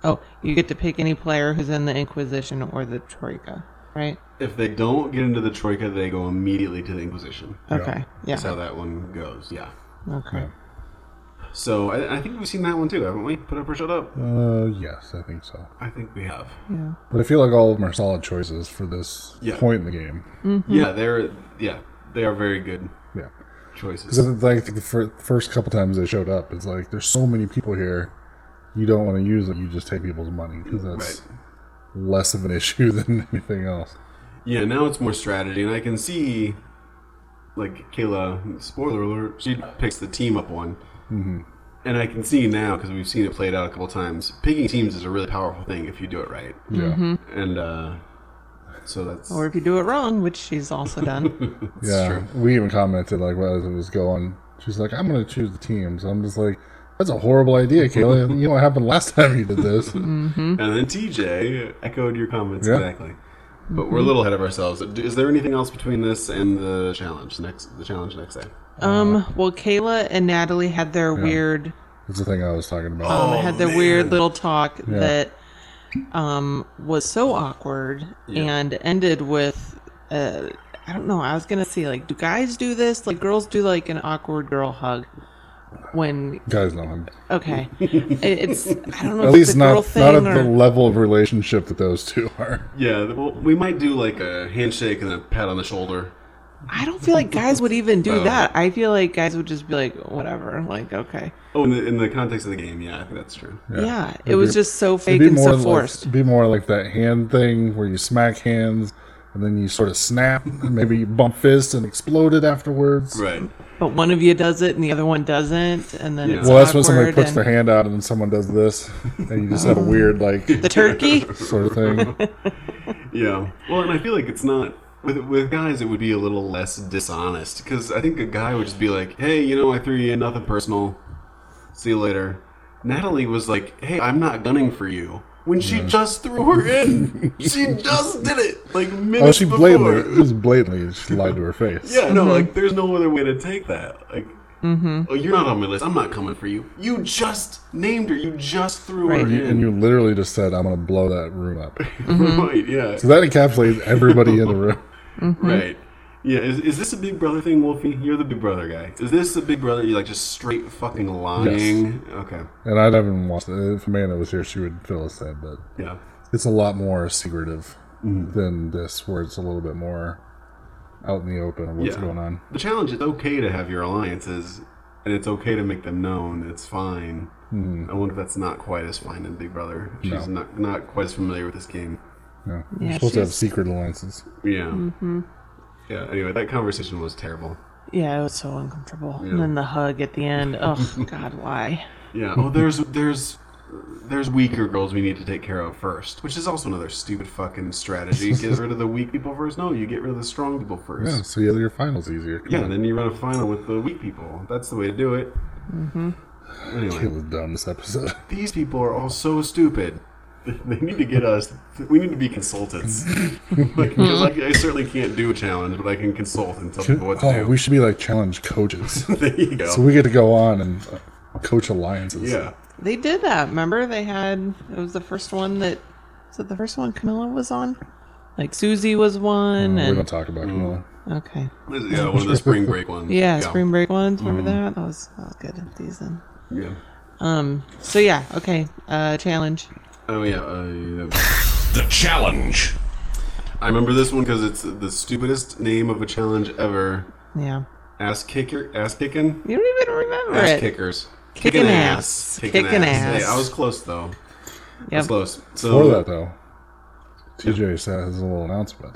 E: Oh, you get to pick any player who's in the Inquisition or the Troika, right?
C: If they don't get into the Troika, they go immediately to the Inquisition.
E: Okay. Yeah.
C: That's how that one goes. Yeah.
E: okay.
C: So I, I think we've seen that one too, haven't we? Put up or shut up.
D: Uh, yes, I think so.
C: I think we have.
E: Yeah.
D: But I feel like all of them are solid choices for this
C: Yeah.
D: point in the game.
C: Yeah, they're yeah, they are very good
D: Yeah.
C: choices.
D: Because like the fir- first couple times they showed up, it's like there's so many people here, you don't want to use them. You just take people's money because that's
C: Right.
D: less of an issue than anything else.
C: Yeah, now it's more strategy, and I can see, like Kayla, spoiler alert, she picks the team up one, mm-hmm. and I can see now because we've seen it played out a couple times. Picking teams is a really powerful thing if you do it right,
D: Yeah.
E: Mm-hmm.
C: and uh, so that's
E: Or if you do it wrong, which she's also done.
D: yeah.
C: true.
D: We even commented like as it was going. She's like, "I'm going to choose the teams." I'm just like, "That's a horrible idea, Kayla. you know what happened last time you did this?"
E: Mm-hmm.
C: and then TJ echoed your comments
D: Yeah.
C: exactly. But we're a little ahead of ourselves. Is there anything else between this and the challenge next? The challenge next day.
E: um.
D: Uh-huh.
E: Well, Kayla and Natalie had their weird
D: That's the thing I was talking about.
E: um,
C: Oh,
E: had the
C: man.
E: weird little talk that um, was so awkward
C: Yeah.
E: and ended with uh, I don't know. I was gonna say like, do guys do this? Like girls do like an awkward girl hug when
D: Guys know him.
E: okay, It- it's I don't know.
D: At
E: if
D: least
E: it's a girl
D: not not
E: thing
D: at the
E: or-
D: level of relationship that those two are.
C: Yeah, well, we might do like a handshake and a pat on the shoulder.
E: I don't feel like guys would even do
C: Oh.
E: that. I feel like guys would just be like, whatever, like okay,
C: Oh, in the, in the context of the game, yeah, I think that's true.
E: yeah. it was just so fake
D: It'd
E: and so
D: like-
E: forced.
D: it'd be more like that hand thing where you smack hands and then you sort of snap and maybe you bump fists and explode it afterwards.
C: Right.
E: but one of you does it and the other one doesn't, and then
C: Yeah.
E: it's
D: Well, that's when somebody
E: awkward
D: puts
E: and-
D: their hand out and then someone does this, and you just have a weird like
E: the turkey.
D: sort of thing.
C: Yeah. Well, and I feel like it's not with with guys. It would be a little less dishonest because I think a guy would just be like, "Hey, you know, I threw you in, nothing personal. See you later." Natalie was like, "Hey, I'm not gunning for you." When
D: Mm.
C: she just threw her in, she just did it like minutes
D: Oh, she
C: before.
D: blatantly, Mm-hmm. it was blatantly, she lied to her face.
C: Yeah, no, like there's no other way to take that. Like,
D: Mm-hmm.
C: oh, you're not on my list. I'm not coming for you. You just named her. You just threw her
E: Right.
D: You- and
C: in.
D: you literally just said, "I'm gonna blow that room up."
C: right? Yeah.
D: So that encapsulates everybody in the room.
C: Right. Yeah, is, is this a Big Brother thing, Wolfie? You're the Big Brother guy. Is this a Big Brother? You're like just straight fucking lying? Okay.
D: And I'd haven't watched it. If Amanda was here, she would fill us in, but
C: Yeah.
D: it's a lot more secretive
C: Mm-hmm.
D: than this, where it's a little bit more out in the open of what's
C: Yeah.
D: going on.
C: The challenge is okay to have your alliances, and it's okay to make them known. It's fine. I wonder if that's not quite as fine in Big Brother. She's not, not quite as familiar with this game.
D: Yeah.
E: Yeah,
D: You're supposed to have
E: she's-
D: secret alliances.
C: Yeah. Yeah, anyway, that conversation was terrible.
E: Yeah, it was so uncomfortable.
C: Yeah.
E: And then the hug at the end. Oh God, why?
C: Yeah. Oh, there's there's there's weaker girls we need to take care of first, which is also another stupid fucking strategy. Get rid of the weak people first. No, you get rid of the strong people first.
D: Yeah, so you have your finals easier. Come
C: Yeah,
D: on.
C: and then you run a final with the weak people. That's the way to do it. Mm-hmm. Anyway,
D: It was dumb this episode.
C: these people are all so stupid. They need to get us. We need to be consultants. like, 'cause I, I certainly can't do a challenge, but I can consult and tell people what to
D: Oh,
C: do.
D: we should be like challenge coaches.
C: there you go.
D: so we get to go on and uh, coach alliances.
C: yeah.
E: They did that. Remember, they had it was the first one that. Was it the first one Camilla was on? Like Susie was one,
D: Mm, We
E: and
D: don't talk
C: Mm.
D: about Camilla.
E: okay,
C: Yeah, one of the spring break ones.
E: yeah, spring break ones. Remember
D: Mm-hmm.
E: that? That was that was good season.
C: Yeah.
E: Um. So yeah. Okay. Uh. Challenge.
C: Oh yeah. Uh, yeah.
A: The challenge.
C: I remember this one because it's the stupidest name of a challenge ever.
E: Yeah.
C: Ass kicker, ass kicking,
E: You don't even remember
C: ass
E: it.
C: kickers,
E: Kicking ass.
C: kicking
E: Kicking ass.
C: ass. Hey, I was close though. I was
E: Yep.
C: close.
D: Before
C: So,
D: that, though, TJ sa- has a little announcement.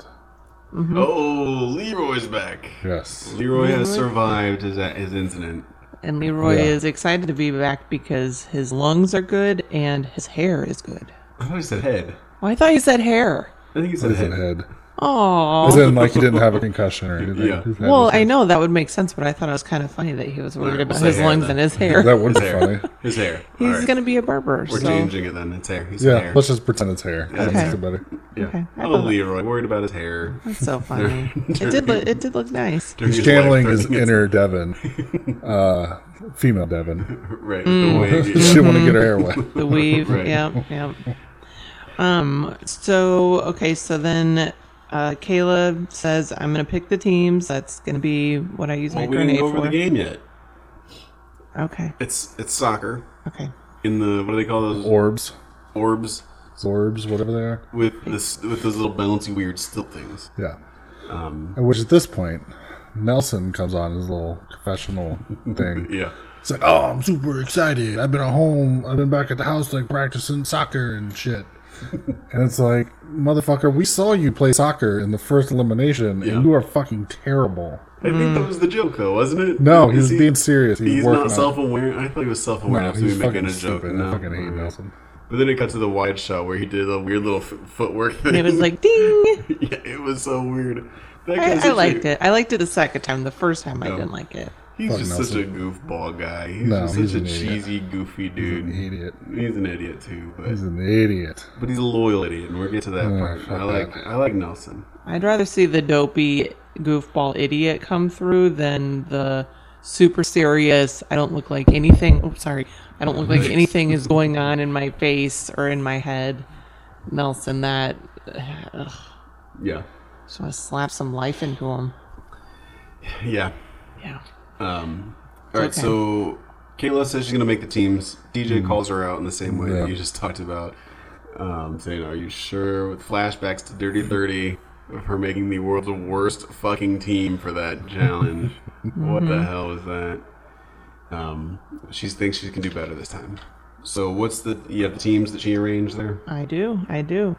E: Mm-hmm.
C: oh, Leroy's back.
D: Yes.
C: Leroy has survived his his incident.
E: And Leroy
D: Yeah.
E: is excited to be back because his lungs are good and his hair is good.
C: I thought he said head.
E: Well, I thought you said hair.
C: I think he said
D: His
C: head.
D: head.
E: Oh.
D: As in, like, he didn't have a concussion or anything.
C: Yeah.
D: His head
E: Well,
D: was-
E: I know that would make sense, but I thought it was kind of funny that he was worried
C: Alright, we'll
E: about
C: say
E: his
C: hair
E: lungs
C: then.
E: and his hair.
D: that would be
C: Hair.
D: funny.
C: His hair.
E: He's
C: All right.
E: going to be a barber.
C: We're
E: so.
C: changing it then. It's hair. He's
D: Yeah,
C: hair.
D: let's just pretend it's hair. That makes it better.
C: yeah.
E: okay. I
C: Oh,
E: thought-
C: Leroy, worried about his hair.
E: That's so funny. it did. Look, it did look nice.
C: During
D: He's
C: his
D: channeling
C: life
D: his
C: threatening
D: inner Devin. Uh, female Devin.
C: Right.
E: Mm.
C: The wig,
D: she
C: yeah. Mm-hmm.
D: didn't want to get her hair wet.
E: the weave.
C: Right.
E: Yep, yep. Um. So okay. So then, uh, Kayla says, "I'm gonna pick the teams. That's gonna be what I use
C: Well,
E: my
C: Oh, we didn't
E: grenade
C: go over
E: for."
C: the game yet.
E: Okay.
C: It's it's soccer
E: Okay.
C: in the what do they call those
D: Orbs,
C: orbs
D: Zorbs, whatever they are.
C: with this with those little bouncy weird stilt things.
D: Yeah. Um, Which at this point, Nelson comes on his little confessional thing.
C: Yeah.
D: It's like, oh, I'm super excited. I've been at home. I've been back at the house, like practicing soccer and shit. and it's like, motherfucker, we saw you play soccer in the first elimination,
C: Yeah.
D: and you are fucking terrible.
C: I think
E: Hmm.
C: that was the joke though, wasn't it?
D: No,
C: Is
D: he was being serious. He was
C: He's
D: working on
C: not
D: it.
C: self-aware. I thought he was self-aware
D: No,
C: enough to
D: he's
C: be making
D: fucking
C: a joke.
D: stupid.
C: No.
D: I fucking hate
C: Alright.
D: Nelson.
C: But then it cut to the wide shot where he did a weird little f- footwork thing.
E: It was like ding.
C: yeah, it was so weird. That guy's
E: I, I
C: such
E: liked
C: a,
E: it. I liked it the second time. The first time I
C: No.
E: didn't like it.
C: He's
D: Fuck
C: just such
D: Nelson.
C: a goofball guy. He's
D: No,
C: just
D: he's
C: such a
D: an idiot.
C: cheesy, goofy dude.
D: An idiot.
C: He's an idiot too, but
D: He's an idiot.
C: but he's a loyal idiot, and we'll get to that
D: Oh,
C: part.
D: fuck
C: I like
D: that.
C: I like Nelson.
E: I'd rather see the dopey goofball idiot come through than the super serious. I don't look like anything. Oh, sorry. I don't look like anything is going on in my face or in my head. Nelson, that ugh,
C: Yeah,
E: just want to slap some life into him.
C: yeah.
E: Yeah.
C: Um, all right,
E: okay. Mm-hmm.
C: so Kayla says she's gonna make the teams. DJ calls her out in the same way
D: Yeah.
C: that you just talked about, um, saying, "Are you sure?" With flashbacks to Dirty Thirty of her making the world's worst fucking team for that challenge. What
E: Mm-hmm.
C: the hell is that? Um, she thinks she can do better this time. So what's the you have the teams that she arranged there?
E: I do. I do.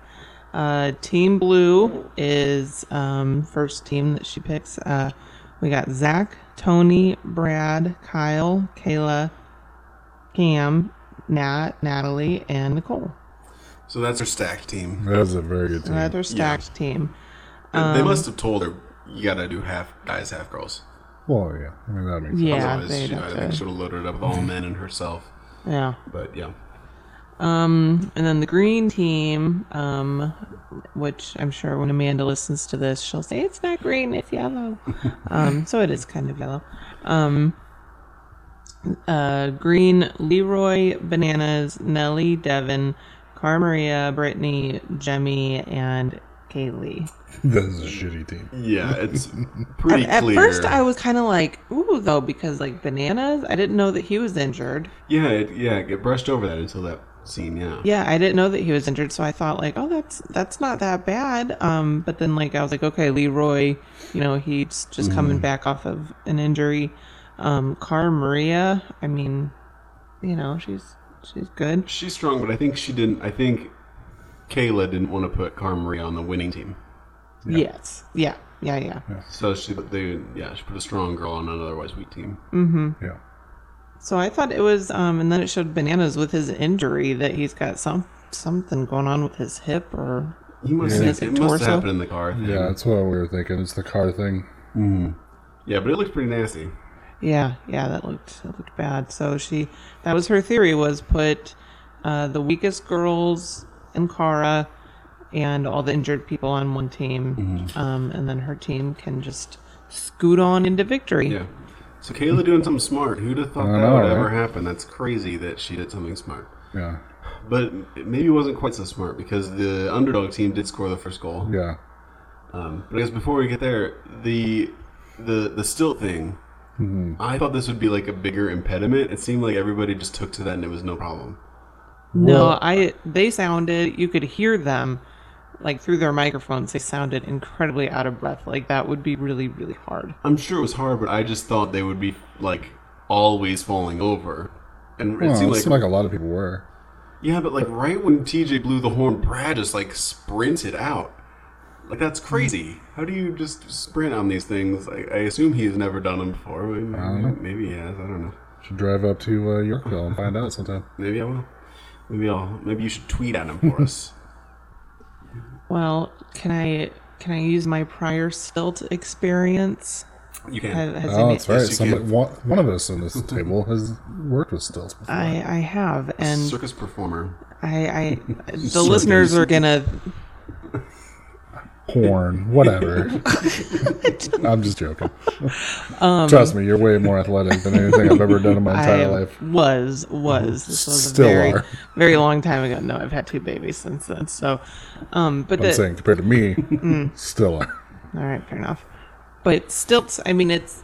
E: Uh, team Blue is um, first team that she picks. Uh, we got Zach, Tony, Brad, Kyle, Kayla, Cam, Nat, Natalie, and Nicole.
C: So that's her stacked team.
D: That was a very good
E: So
D: team.
E: that's our stacked team.
C: they
E: Um,
C: must have told her you gotta do half guys, half girls.
D: Well, yeah. I mean, that makes sense.
E: Yeah,
C: Otherwise,
E: they'd
C: she, I
E: have
C: think
E: to-
C: she would have loaded up with all men and herself.
E: yeah.
C: But yeah,
E: And then the green team, um, which I'm sure when Amanda listens to this, she'll say it's not green, it's yellow. um, so it is kind of yellow. Um, uh, green: Leroy, Bananas, Nellie, Devin, Carmaria, Brittany, Jemmy, and Kaylee.
D: That was a shitty team.
C: yeah, it's pretty
E: At
C: clear.
E: first, I was kind of like, ooh, though, because like Bananas, I didn't know that he was injured.
C: yeah, it, yeah, get brushed over that until that scene. Yeah,
E: Yeah, I didn't know that he was injured, so I thought like, oh, that's that's not that bad. Um, but then like I was like, okay, Leroy, you know, he's just coming back off of an injury. Um, Car Maria, I mean, you know, she's she's good.
C: she's strong, but I think she didn't. I think Kayla didn't want to put Carmaria on the winning team,
E: Yes, yeah, yeah, yeah.
C: so she put the yeah she put a strong girl on an otherwise weak team.
D: Yeah.
E: So I thought it was, um, and then it showed Bananas with his injury that he's got some something going on with his hip or
C: He must
E: Yeah.
C: have, it must
E: Torso?
C: have happened in the car. Thing.
D: Yeah, that's what we were thinking. It's the car thing.
C: yeah, but it looks pretty nasty.
E: Yeah, yeah, that looked that looked bad. So she, that was her theory was put uh, the weakest girls in Kara and all the injured people on one team,
D: Mm-hmm.
E: um, and then her team can just scoot on into victory.
C: Yeah. So Kayla doing something smart. Who'd have thought
D: I
C: that
D: know,
C: would
D: right?
C: ever happen? That's crazy that she did something smart.
D: Yeah.
C: But it maybe wasn't quite so smart because the underdog team did score the first goal.
D: Yeah.
C: Um, but I guess before we get there, the the the stilt thing. I thought this would be like a bigger impediment. It seemed like everybody just took to that and it was no problem.
E: No, I they sounded you could hear them like through their microphones. They sounded incredibly out of breath. Like that would be really really hard.
C: I'm sure it was hard, but I just thought they would be like always falling over. And it
D: Well,
C: seemed
D: it
C: like,
D: seemed like a lot of people were.
C: yeah, but like right when TJ blew the horn, Brad just like sprinted out. Like that's crazy. How do you just sprint on these things? I, I assume he's never done them before. Maybe, maybe he has. I don't know.
D: Should drive up to uh, Yorkville and find out sometime.
C: Maybe I will. Maybe I'll. Maybe you should tweet at him for us.
E: Well, can I can I use my prior stilt experience?
C: You can.
E: Has, has
D: Oh,
E: any-
D: that's right.
C: Yes, you
D: Somebody,
C: can.
D: one, one of us on this table has worked with stilts before.
E: I, I have, and
C: circus performer.
E: I, I the listeners are gonna
D: porn, whatever. I'm just joking.
C: Um,
D: Trust me, you're way more athletic than anything I've ever done in my entire
E: I
D: life.
E: was was this was
D: Still
E: a very
D: are.
E: very long time ago. No, I've had two babies since then. So, um, but
D: I'm
E: the,
D: saying compared to me,
C: Mm.
D: still are.
E: All right, fair enough. But stilts, I mean, it's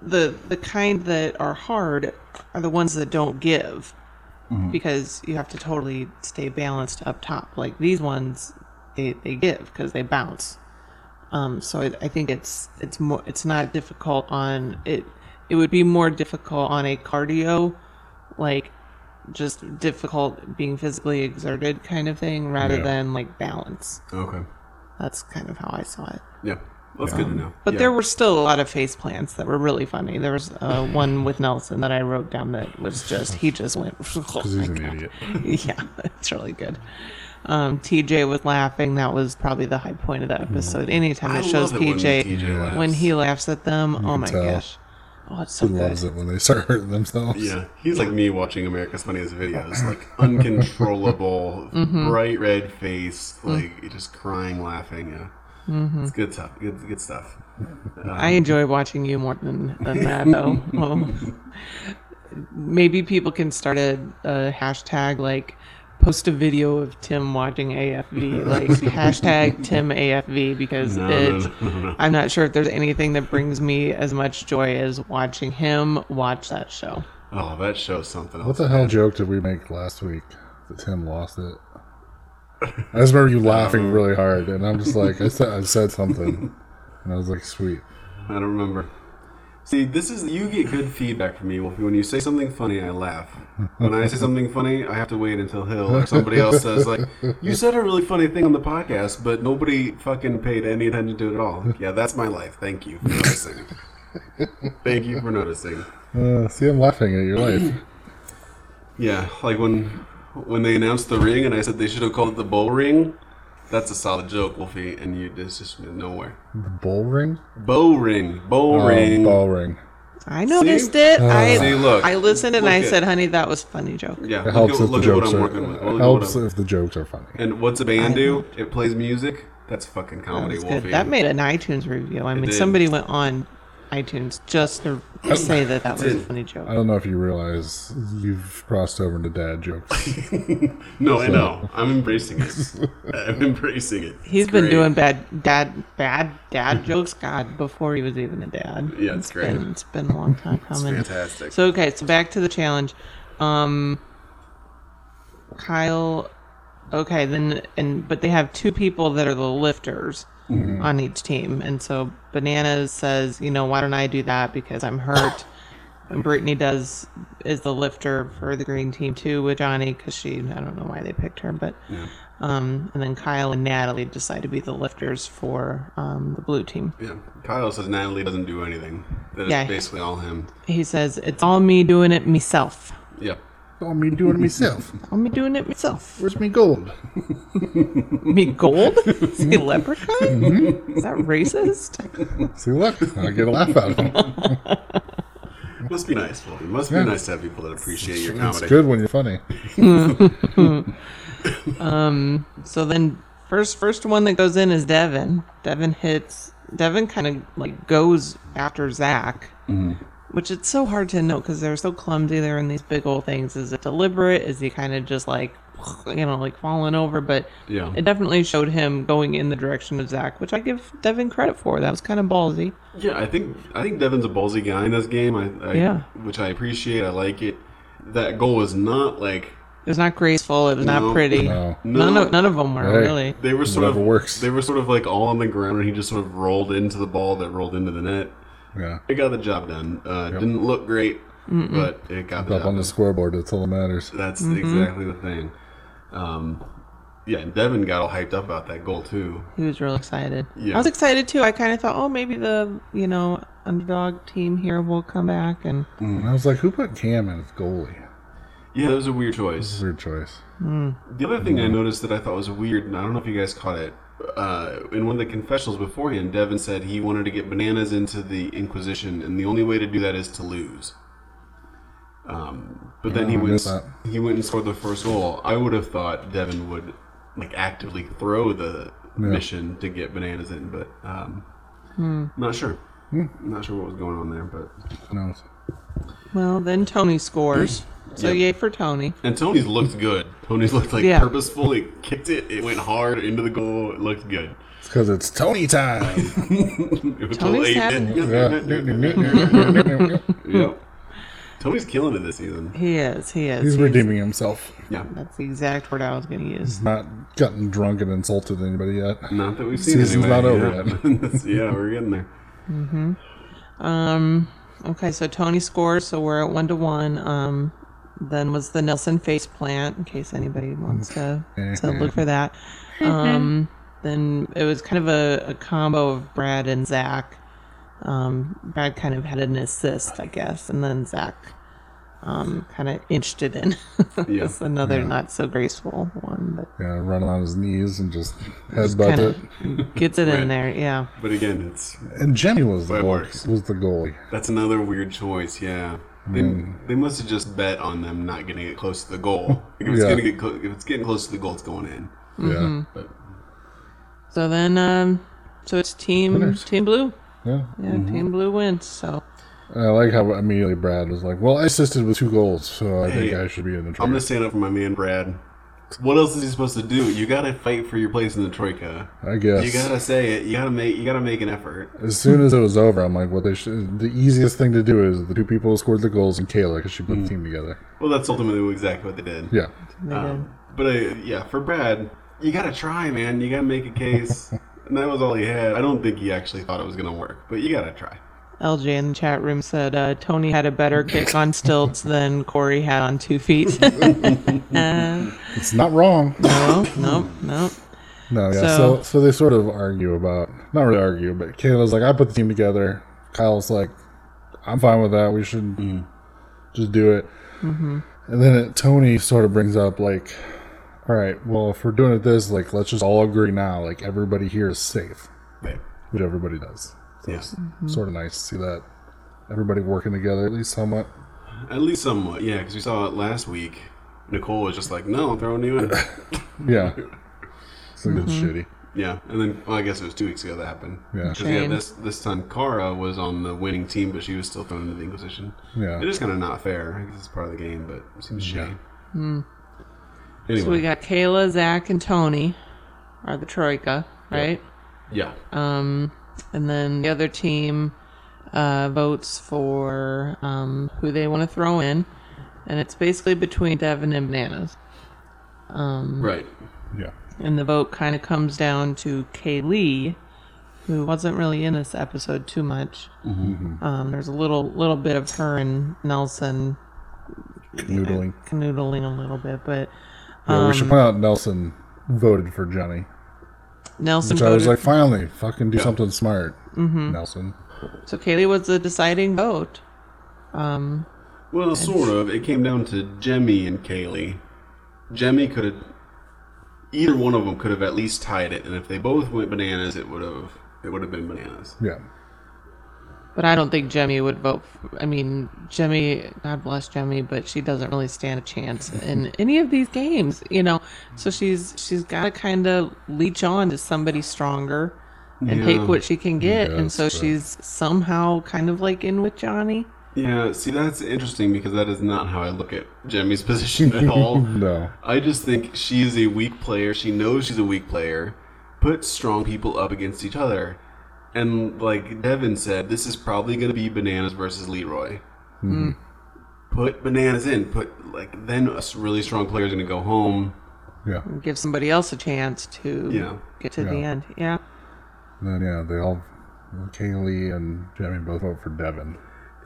E: the the kind that are hard are the ones that don't give because you have to totally stay balanced up top. Like these ones, they they give because they bounce. Um, so I, I think it's it's more it's not difficult on it. It would be more difficult on a cardio, like just difficult being physically exerted kind of thing rather
D: Yeah.
E: than like balance.
C: Okay.
E: That's kind of how I saw it.
C: Yeah. That's good to know.
E: But
C: Yeah.
E: there were still a lot of face plants that were really funny. There was uh, one with Nelson that I wrote down that was just he just went. Oh
D: Because he's
E: my
D: an
E: God.
D: idiot.
E: yeah, it's really good. Um, TJ was laughing. That was probably the high point of that
D: Mm-hmm.
E: episode. Anytime
C: I
E: it shows
C: love it when
E: PJ,
C: TJ laughs.
E: when he laughs at them, oh my
D: tell.
E: gosh, oh it's so
D: He loves
E: good.
D: it when they start hurting themselves.
C: Yeah, he's like me watching America's Funniest Videos, like uncontrollable,
E: Mm-hmm.
C: bright red face, like just crying, laughing. Yeah,
E: Mm-hmm.
C: it's good stuff. Good, good stuff.
E: I enjoy watching you more than, than that though. Oh. Maybe people can start a, a hashtag like post a video of Tim watching AFV, like hashtag Tim AFV because
C: No, no,
E: it.
C: no, no, no.
E: I'm not sure if there's anything that brings me as much joy as watching him watch that show.
C: Oh, that shows something
D: What
C: else.
D: the hell joke did we make last week that Tim lost it? I just remember you
C: Um,
D: laughing really hard, and I'm just like, I said, I said something, and I was like, sweet.
C: I don't remember. See, this is you get good feedback from me, Wolfie. When you say something funny, I laugh. When I say something funny, I have to wait until Hill or somebody else says, like, "You said a really funny thing on the podcast, but nobody fucking paid any attention to it at all." Yeah, that's my life. Thank you for noticing. Thank you for noticing.
D: Uh, see, I'm laughing at your life.
C: Yeah, like when when they announced the ring and I said they should have called it the bull ring. That's a solid joke, Wolfie, and you it's just went nowhere.
D: The bull ring?
C: Bow ring, bow
D: Oh,
C: ring.
D: ball ring.
E: I noticed it. I
C: Uh, See, look.
E: I listened and
C: Look
E: I
C: at-
E: said, "Honey, that was funny joke."
C: Yeah,
D: It helps
C: look, at-
D: if the
C: look at what
D: jokes
C: I'm
D: are.
C: working with. Look
D: It
C: at what
D: helps
C: I'm-
D: if the jokes are funny.
C: And what's a band do? It plays music. That's fucking
E: That
C: comedy,
E: was good.
C: Wolfie.
E: That made an iTunes review. I mean,
C: did.
E: somebody went on iTunes just to say that that was a
C: did.
E: funny
D: I
E: joke.
D: don't know if you realize you've crossed over into dad jokes.
C: no, I know. I'm embracing it. I'm embracing it.
E: He's
C: It's
E: been
C: great.
E: doing bad dad bad dad jokes, God, before he was even a dad.
C: Yeah, it's great.
E: been, it's been a long time coming.
C: fantastic.
E: So okay, so back to the challenge. Um, Kyle. Okay, then and but they have two people that are the lifters on each team, and so Bananas says, you know, why don't I do that because I'm hurt. And Brittany does is the lifter for the green team too with Johnny because she I don't know why they picked her, but um, and then Kyle and Natalie decide to be the lifters for um, the blue team.
C: Yeah. Kyle says Natalie doesn't do anything. That is
E: Yeah.
C: basically all him.
E: He says it's all me doing it myself.
C: Yeah.
D: oh, me doing it myself.
E: All me doing it myself.
D: Where's me gold?
E: Me gold? Is he leprechaun? Is that racist?
D: See, look, I get a laugh out of him.
C: Must be nice, Wolfie. Must be
D: Yeah.
C: nice to have people that appreciate your
D: It's
C: comedy.
D: good when you're funny.
E: So then first first one that goes in is Devin. Devin hits Devin kind of like goes after Zach. Which it's so hard to know because they're so clumsy. They're in these big old things. Is it deliberate? Is he kind of just like, you know, like falling over? But
C: Yeah.
E: it definitely showed him going in the direction of Zach, which I give Devin credit for. That was kind of ballsy.
C: Yeah, I think I think Devin's a ballsy guy in this game. I, I
E: Yeah.
C: which I appreciate. I like it. That goal was not like
E: It was not graceful. It was
C: No.
E: not pretty.
D: No.
E: None of none of them were
D: Hey.
E: really.
C: They were sort
D: Whatever
C: of
D: works.
C: They were sort of like all on the ground, and he just sort of rolled into the ball that rolled into the net.
D: Yeah.
C: It got the job done. Uh, Didn't look great, but it got the
D: Up
C: job.
D: on Mm-hmm.
C: Done.
D: the scoreboard, that's all that matters.
C: That's exactly the thing. Um, yeah, and Devin got all hyped up about that goal too.
E: He was real excited.
C: Yeah.
E: I was excited too. I kind of thought, oh, maybe the you know underdog team here will come back, and
D: And I was like, who put Cam in as goalie?
C: Yeah, that was a weird choice.
D: Weird choice.
C: The other thing I noticed that I thought was weird, and I don't know if you guys caught it, uh, in one of the confessionals beforehand, Devin said he wanted to get bananas into the Inquisition, and the only way to do that is to lose. Um, but then he
D: I
C: went,
D: missed that.
C: he went and scored the first goal. I would have thought Devin would like actively throw the mission to get bananas in, but um, not sure.
D: Hmm.
C: Not sure what was going on there, but
D: Who knows?
E: Well, then Tony scores. So
C: Yep.
E: yay for Tony.
C: and Tony's looked good. Tony's looked like
E: Yeah.
C: purposeful. He kicked it. It went hard into the goal. It looked good.
D: It's because it's Tony time.
C: It was
E: Tony's
C: eight-
E: happy.
D: Yeah.
C: Yep. Tony's killing it this season.
E: Hmm. He is. He is.
D: He's
E: he is.
D: redeeming himself.
C: Yeah.
E: That's the exact word I was going to use.
D: Not gotten drunk and insulted anybody yet.
C: Not that we've seen
D: Season's
C: anyway.
D: not over
C: yeah. yeah, we're getting there.
E: Okay, so Tony scores, so we're at one to one. Um, then was the Nelson face plant, in case anybody wants to to look for that. Um, then it was kind of a, a combo of Brad and Zach. Um, Brad kind of had an assist, I guess, and then Zach um, kind of inched it in.
C: Yeah.
E: That's another not so graceful one, but
D: Yeah, run on his knees and just headbutt
E: kind
D: it.
E: of gets it
C: Right.
E: in there. Yeah,
C: But again, it's
D: And Jimmy was the
C: But it
D: goal,
C: works.
D: was the goalie.
C: that's another weird choice. Yeah. They,
D: Hmm.
C: they must have just bet on them not getting it close to the goal. Like, if, it's
D: Yeah.
C: gonna get clo- if it's getting close to the goal, it's going in. But
E: so then um, so it's team
D: Winners.
E: team blue.
D: Yeah, yeah.
E: Yeah, team blue wins. So.
D: I like how immediately Brad was like, "Well, I assisted with two goals, so I think
C: Hey,
D: I should be in the
C: I'm
D: trade."
C: gonna stand up for my man Brad. What else is he supposed to do? You gotta fight for your place in the troika.
D: I guess.
C: You gotta say it. You gotta make. You gotta make an effort.
D: As soon as it was over, I'm like, "Well, they should." The easiest thing to do is the two people who scored the goals and Kayla because she put
C: Mm.
D: the team together.
C: Well, that's ultimately exactly what they did.
D: Yeah,
E: they did.
C: But uh, yeah, for Brad, you gotta try, man. You gotta make a case. and that was all he had. I don't think he actually thought it was gonna work, but you gotta try.
E: LJ in the chat room said uh, Tony had a better kick on stilts than Corey had on two feet.
D: it's not wrong.
E: no, no, no.
D: No, yeah.
E: So-
D: So, so they sort of argue about not really argue, but Kayla's like, I put the team together. Kyle's like, I'm fine with that. We should just do it. And then it, Tony sort of brings up like, all right, well, if we're doing it this, like, let's just all agree now, like everybody here is safe,
C: Right.
D: which everybody does.
C: Yeah.
D: Sort of nice to see that everybody working together at least somewhat.
C: At least somewhat. Yeah, because we saw it last week. Nicole was just like, "No, I'm throwing you in."
D: Yeah, it's a good shitty.
C: yeah, and then well, I guess it was two weeks ago that happened.
D: Yeah.
C: 'Cause, yeah,
E: Shame.
C: this this time Kara was on the winning team, but she was still thrown into the Inquisition.
D: Yeah.
C: It is kind of not fair. I guess it's part of the game, but it seems shitty. Anyway,
E: Hmm. So we got Kayla, Zach, and Tony are the Troika, right?
C: yeah,
E: Um, and then the other team uh, votes for um, who they want to throw in, and it's basically between Devin and Bananas.
C: right.
D: Yeah,
E: And the vote kind of comes down to Kaylee, who wasn't really in this episode too much. Um, there's a little little bit of her and Nelson
D: noodling.
E: canoodling a little bit, but
D: Yeah, we should point out Nelson voted for Johnny.
E: Nelson
D: Which I
E: voted.
D: was like, finally, fucking do something smart, Nelson.
E: so Kaylee was the deciding vote.
C: Well, sort of. It came down to Jemmy and Kaylee. Jemmy could have. Either one of them could have at least tied it, and if they both went bananas, it would have. It would have been bananas.
D: Yeah.
E: But I don't think Jemmy would vote. For, I mean, Jemmy, God bless Jemmy, but she doesn't really stand a chance in any of these games, you know. So she's she's got to kind of leech on to somebody stronger and
C: Yeah.
E: take what she can get. and
D: Yes,
E: so
D: but-
E: she's somehow kind of like in with Johnny.
C: Yeah, see, that's interesting because that is not how I look at Jemmy's position at all.
D: No.
C: I just think she is a weak player. She knows she's a weak player. Put strong people up against each other. And like Devin said, this is probably going to be Bananas versus Leroy.
D: Mm-hmm.
C: Put Bananas in. Put, like, then a s- really strong player is going to go home.
D: Yeah.
E: Give somebody else a chance to
C: Yeah.
E: get to the
D: Yeah.
E: end. Yeah.
D: And then, yeah, they all, Kaylee and Jimmy both vote for Devin.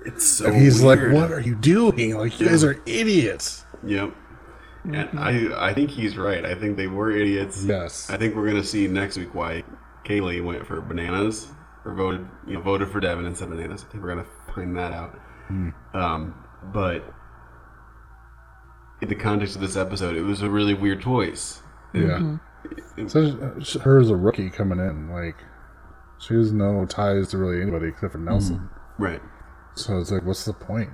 C: It's so
D: And he's
C: weird.
D: like, what are you doing? Like, you guys are idiots.
C: Yep.
D: Mm-hmm.
C: And I, I think he's right. I think they were idiots.
D: Yes.
C: I think we're gonna see next week why Kaylee went for bananas or voted you know voted for Devin and said bananas. I think we're gonna find that out. Um, but in the context of this episode, it was a really weird choice.
D: Yeah. So sh- her as a rookie coming in, like, she has no ties to really anybody except for Nelson.
C: Right.
D: So it's like, what's the point?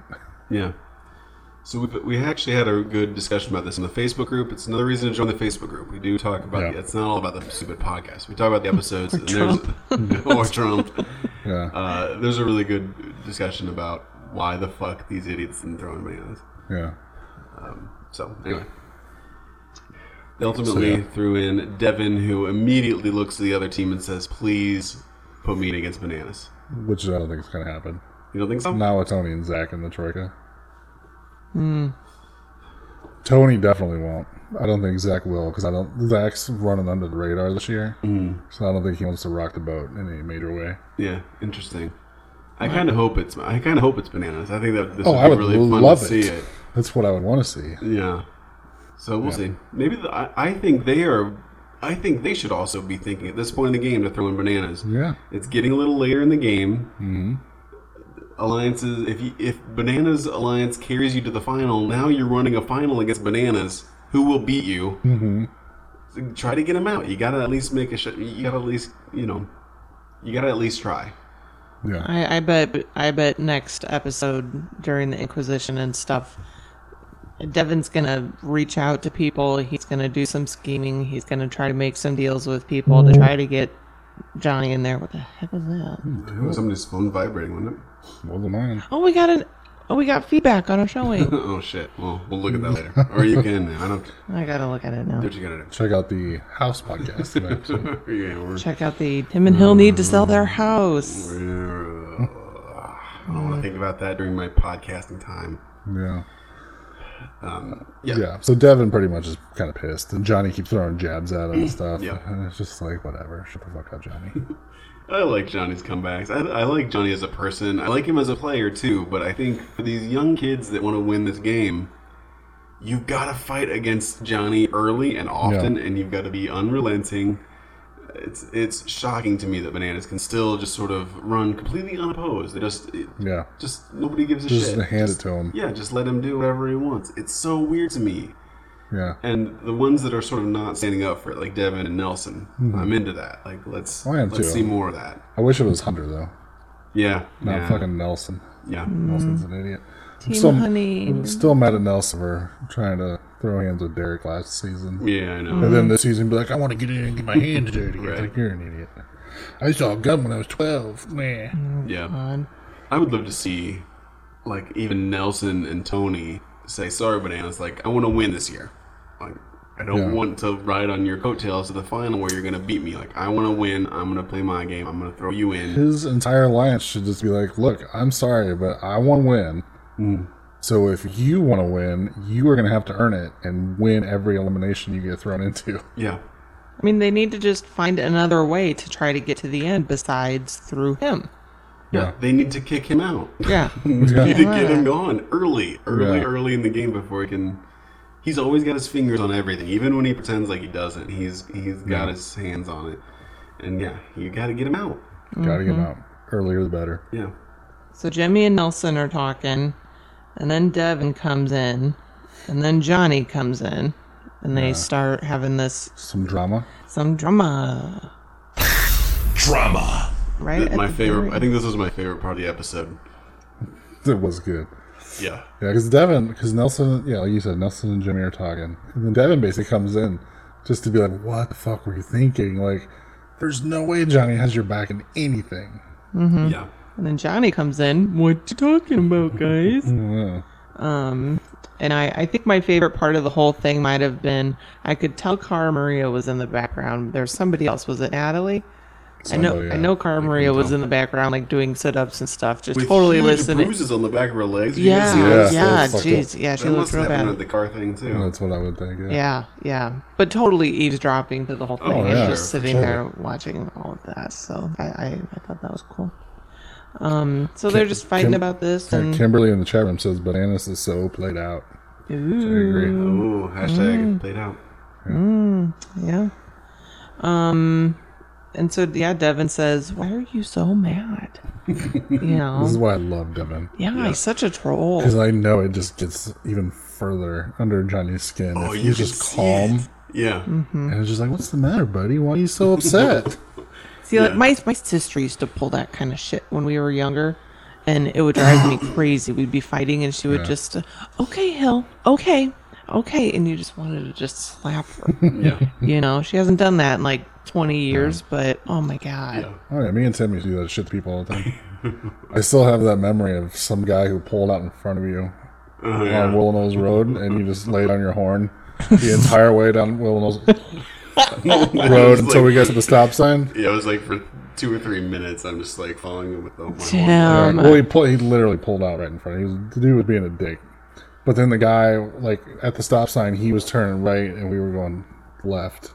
C: Yeah. So we, we actually had a good discussion about this in the Facebook group. It's another reason to join the Facebook group. We do talk about
D: Yeah.
C: the, it's not all about the stupid podcast. We talk about the episodes and there's or Trump.
D: Yeah.
C: Uh, there's a really good discussion about why the fuck these idiots didn't throw in mayonnaise.
D: yeah.
C: So anyway, they ultimately
D: yeah.
C: threw in Devin, who immediately looks to the other team and says, "Please put me in against bananas."
D: Which I don't think is going to happen.
C: You don't think so?
D: Now it's Tony and Zach in the Troika. Tony definitely won't. I don't think Zach will because I don't. Zach's running under the radar this year,
C: Hmm.
D: mm. so I don't think he wants to rock the boat in any major way.
C: Yeah, interesting. I kind of hope it's I kind of hope it's bananas. I think that this
D: Oh,
C: would
D: I
C: be
D: would
C: really fun
D: love
C: to
D: it.
C: see it.
D: That's what I would want to see.
C: Yeah. So we'll see. Maybe the, I, I think they are. I think they should also be thinking at this point in the game to throw in bananas.
D: Yeah,
C: It's getting a little later in the game. Mm-hmm. Alliances. If you, if bananas alliance carries you to the final, now you're running a final against bananas. Who will beat you? Mm-hmm. Try to get them out. You gotta at least make a. Sh- you gotta at least you know. You gotta at least try.
D: yeah.
E: I, I bet I bet next episode during the Inquisition and stuff, Devin's gonna reach out to people. He's gonna do some scheming. He's gonna try to make some deals with people to try to get Johnny in there. What the heck was that?
C: Somebody's phone vibrating, wasn't it?
D: Wasn't mine.
E: Oh, we got an oh we got feedback on our showing.
C: Oh shit. Well, we'll look at that later. Or you can. I don't.
E: I gotta look at it now.
C: What you gonna do?
D: Check out the house podcast. today, actually.
C: Yeah, we're-
E: Check out the Tim and Hill need to sell their house.
C: we're, uh, I don't want to think about that during my podcasting time.
D: yeah.
C: Um, yeah.
D: Yeah. So Devin pretty much is kind of pissed, and Johnny keeps throwing jabs at him and stuff.
C: Yeah.
D: And it's just like, whatever. Shut the fuck up, Johnny.
C: I like Johnny's comebacks. I, I like Johnny as a person. I like him as a player too. But I think for these young kids that want to win this game, you've got to fight against Johnny early and often, and you've got to be unrelenting. It's it's shocking to me that bananas can still just sort of run completely unopposed. They just it-
D: Yeah.
C: just nobody gives a
D: Just
C: shit.
D: hand it to him.
C: Yeah, just let him do whatever he wants. It's so weird to me.
D: Yeah.
C: And the ones that are sort of not standing up for it, like Devin and Nelson, I'm into that. Like let's
D: Hmm. I am
C: let's
D: too.
C: see more of that.
D: I wish it was Hunter though,
C: Yeah,
D: not
C: yeah,
D: fucking Nelson.
C: yeah.
D: Nelson's an idiot.
E: Team
D: still-
E: Honey.
D: I'm still mad at Nelson for trying to throw hands with Derek last season.
C: Yeah, I know.
D: And then this season, be like, I want to get in and get my hands dirty. It's
C: Right.
D: Like, you're an idiot. I saw a gun when I was 12. Meh.
C: Yeah,
E: On.
C: I would love to see, like, even Nelson and Tony say, "Sorry, bananas." Like, I want to win this year. Like, I don't
D: Yeah.
C: want to ride on your coattails to the final where you're gonna beat me. Like, I want to win. I'm gonna play my game. I'm gonna throw you in.
D: His entire alliance should just be like, look, I'm sorry, but I want to win.
C: Mm.
D: So if you want to win, you are going to have to earn it and win every elimination you get thrown into.
C: Yeah,
E: I mean, they need to just find another way to try to get to the end besides through him.
D: Yeah.
C: they need to kick him out.
E: Yeah.
C: You need to get him gone early, early,
D: Yeah.
C: early in the game before he can. He's always got his fingers on everything, even when he pretends like he doesn't. He's he's got his hands on it, and yeah, you got to get him out.
D: Got to get him out. Earlier the better.
C: Yeah,
E: So Jimmy and Nelson are talking, and then Devin comes in, and then Johnny comes in, and they start having this
D: Some drama.
E: some drama,
A: Drama.
E: right? at
C: my
E: the
C: favorite.
E: very-
C: I think this was my favorite part of the episode.
D: It was good.
C: Yeah,
D: Yeah, because Devin, because Nelson, yeah, like you said, Nelson and Jimmy are talking, and then Devin basically comes in just to be like, "What the fuck were you thinking? Like, there's no way Johnny has your back in anything."
E: Hmm.
C: yeah.
E: And then Johnny comes in. What you talking about, guys? Um,
D: Yeah,
E: And I, I think my favorite part of the whole thing might have been I could tell Cara Maria was in the background. There's somebody else. Was it Natalie? I know
D: Somebody,
E: I
D: yeah.
E: know Cara Maria was in the background, like doing sit ups and stuff, just totally
C: huge
E: listening.
C: Bruises on the back of her legs. You can
E: Yeah,
C: see
D: Yeah,
E: yeah,
D: so fucked up.
E: jeez, yeah, she
C: That must
E: looked real
C: have happened
E: bad.
C: at the car thing too.
D: that's what I would think. Yeah,
E: Yeah, yeah. But totally eavesdropping to the whole thing
C: Oh,
E: and
C: yeah,
E: just
C: sure,
E: sitting
D: sure.
E: there watching all of that. So I, I, I thought that was cool. Um, so they're just fighting
D: Kim-
E: about this
D: Yeah,
E: and
D: Kimberly in the chat room says bananas is so played out. I
E: ooh,
D: agree.
C: Ooh, hashtag
E: Hmm.
C: played out.
E: yeah. Um and so yeah, Devin says, Why are you so mad? you
D: This is
E: know.
D: why I love Devin
E: Yeah, he's such a troll.
D: because I know it just gets even further under Johnny's skin
C: Oh,
D: if
C: you
D: he's
C: can
D: just
C: see
D: calm
C: it. Yeah,
E: Mm-hmm.
D: and it's just like, "What's the matter, buddy? Why are you so upset?"
E: See, like my my sister used to pull that kind of shit when we were younger, and it would drive me crazy. We'd be fighting, and she would just, uh, okay, Hill, okay, okay, and you just wanted to just slap her.
C: Yeah.
E: you know, she hasn't done that in like 20 years, but oh my god,
D: Oh yeah, me and Timmy do that shit to people all the time. I still have that memory of some guy who pulled out in front of you
C: Uh,
D: on Willenose Road, and you just laid on your horn the entire way down Willenose Road until we get to the stop sign.
C: Yeah, it was like for two or three minutes. I'm just like following him with the. my
E: damn.
D: well, he pulled, he literally pulled out right in front. of you. He was, the dude was being a dick, but then the guy, like at the stop sign, he was turning right, and we were going left.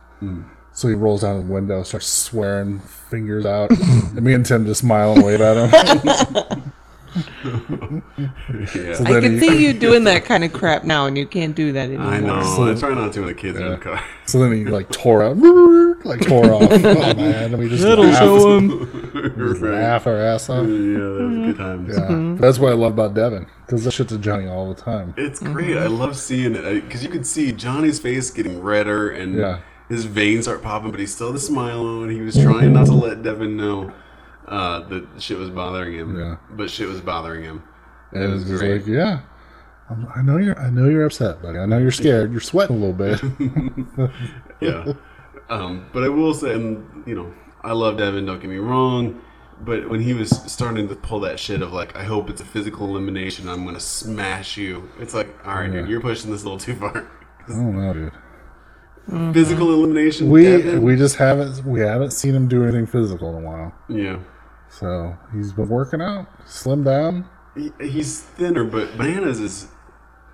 D: So he rolls down his window, starts swearing, fingers out, and me and Tim just smile and wave at him.
C: Yeah.
D: So
E: I
D: then
E: could
D: he-
E: see you doing that kind of crap now, and you can't do that anymore.
C: I know. I try not to when the kids are in the car.
D: So then he like tore out, like tore off. Oh man, and we just laugh,
F: him.
C: right.
D: laugh our ass off.
C: Yeah, that was good times.
D: Yeah. That's what I love about Devin because that shit's a Johnny all the time.
C: It's great. I love seeing it because you can see Johnny's face getting redder and
D: Yeah.
C: his veins are popping, but he still had a smile on. He was trying not to let Devin know uh, that shit was bothering him.
D: Yeah.
C: But shit was bothering him.
D: And it's just like, yeah, I'm, I know you're, I know you're upset, buddy. I know you're scared. You're sweating a little bit.
C: yeah. Um, but I will say, and you know, I love Devin. Don't get me wrong, but when he was starting to pull that shit of like, I hope it's a physical elimination. I'm gonna smash you. It's like, all right, dude, you're pushing this a little too far.
D: I don't know, dude.
C: physical elimination.
D: Mm-hmm. We
C: Devin?
D: we just haven't we haven't seen him do anything physical in a while.
C: yeah.
D: So he's been working out, slimmed down.
C: He, he's thinner, but bananas is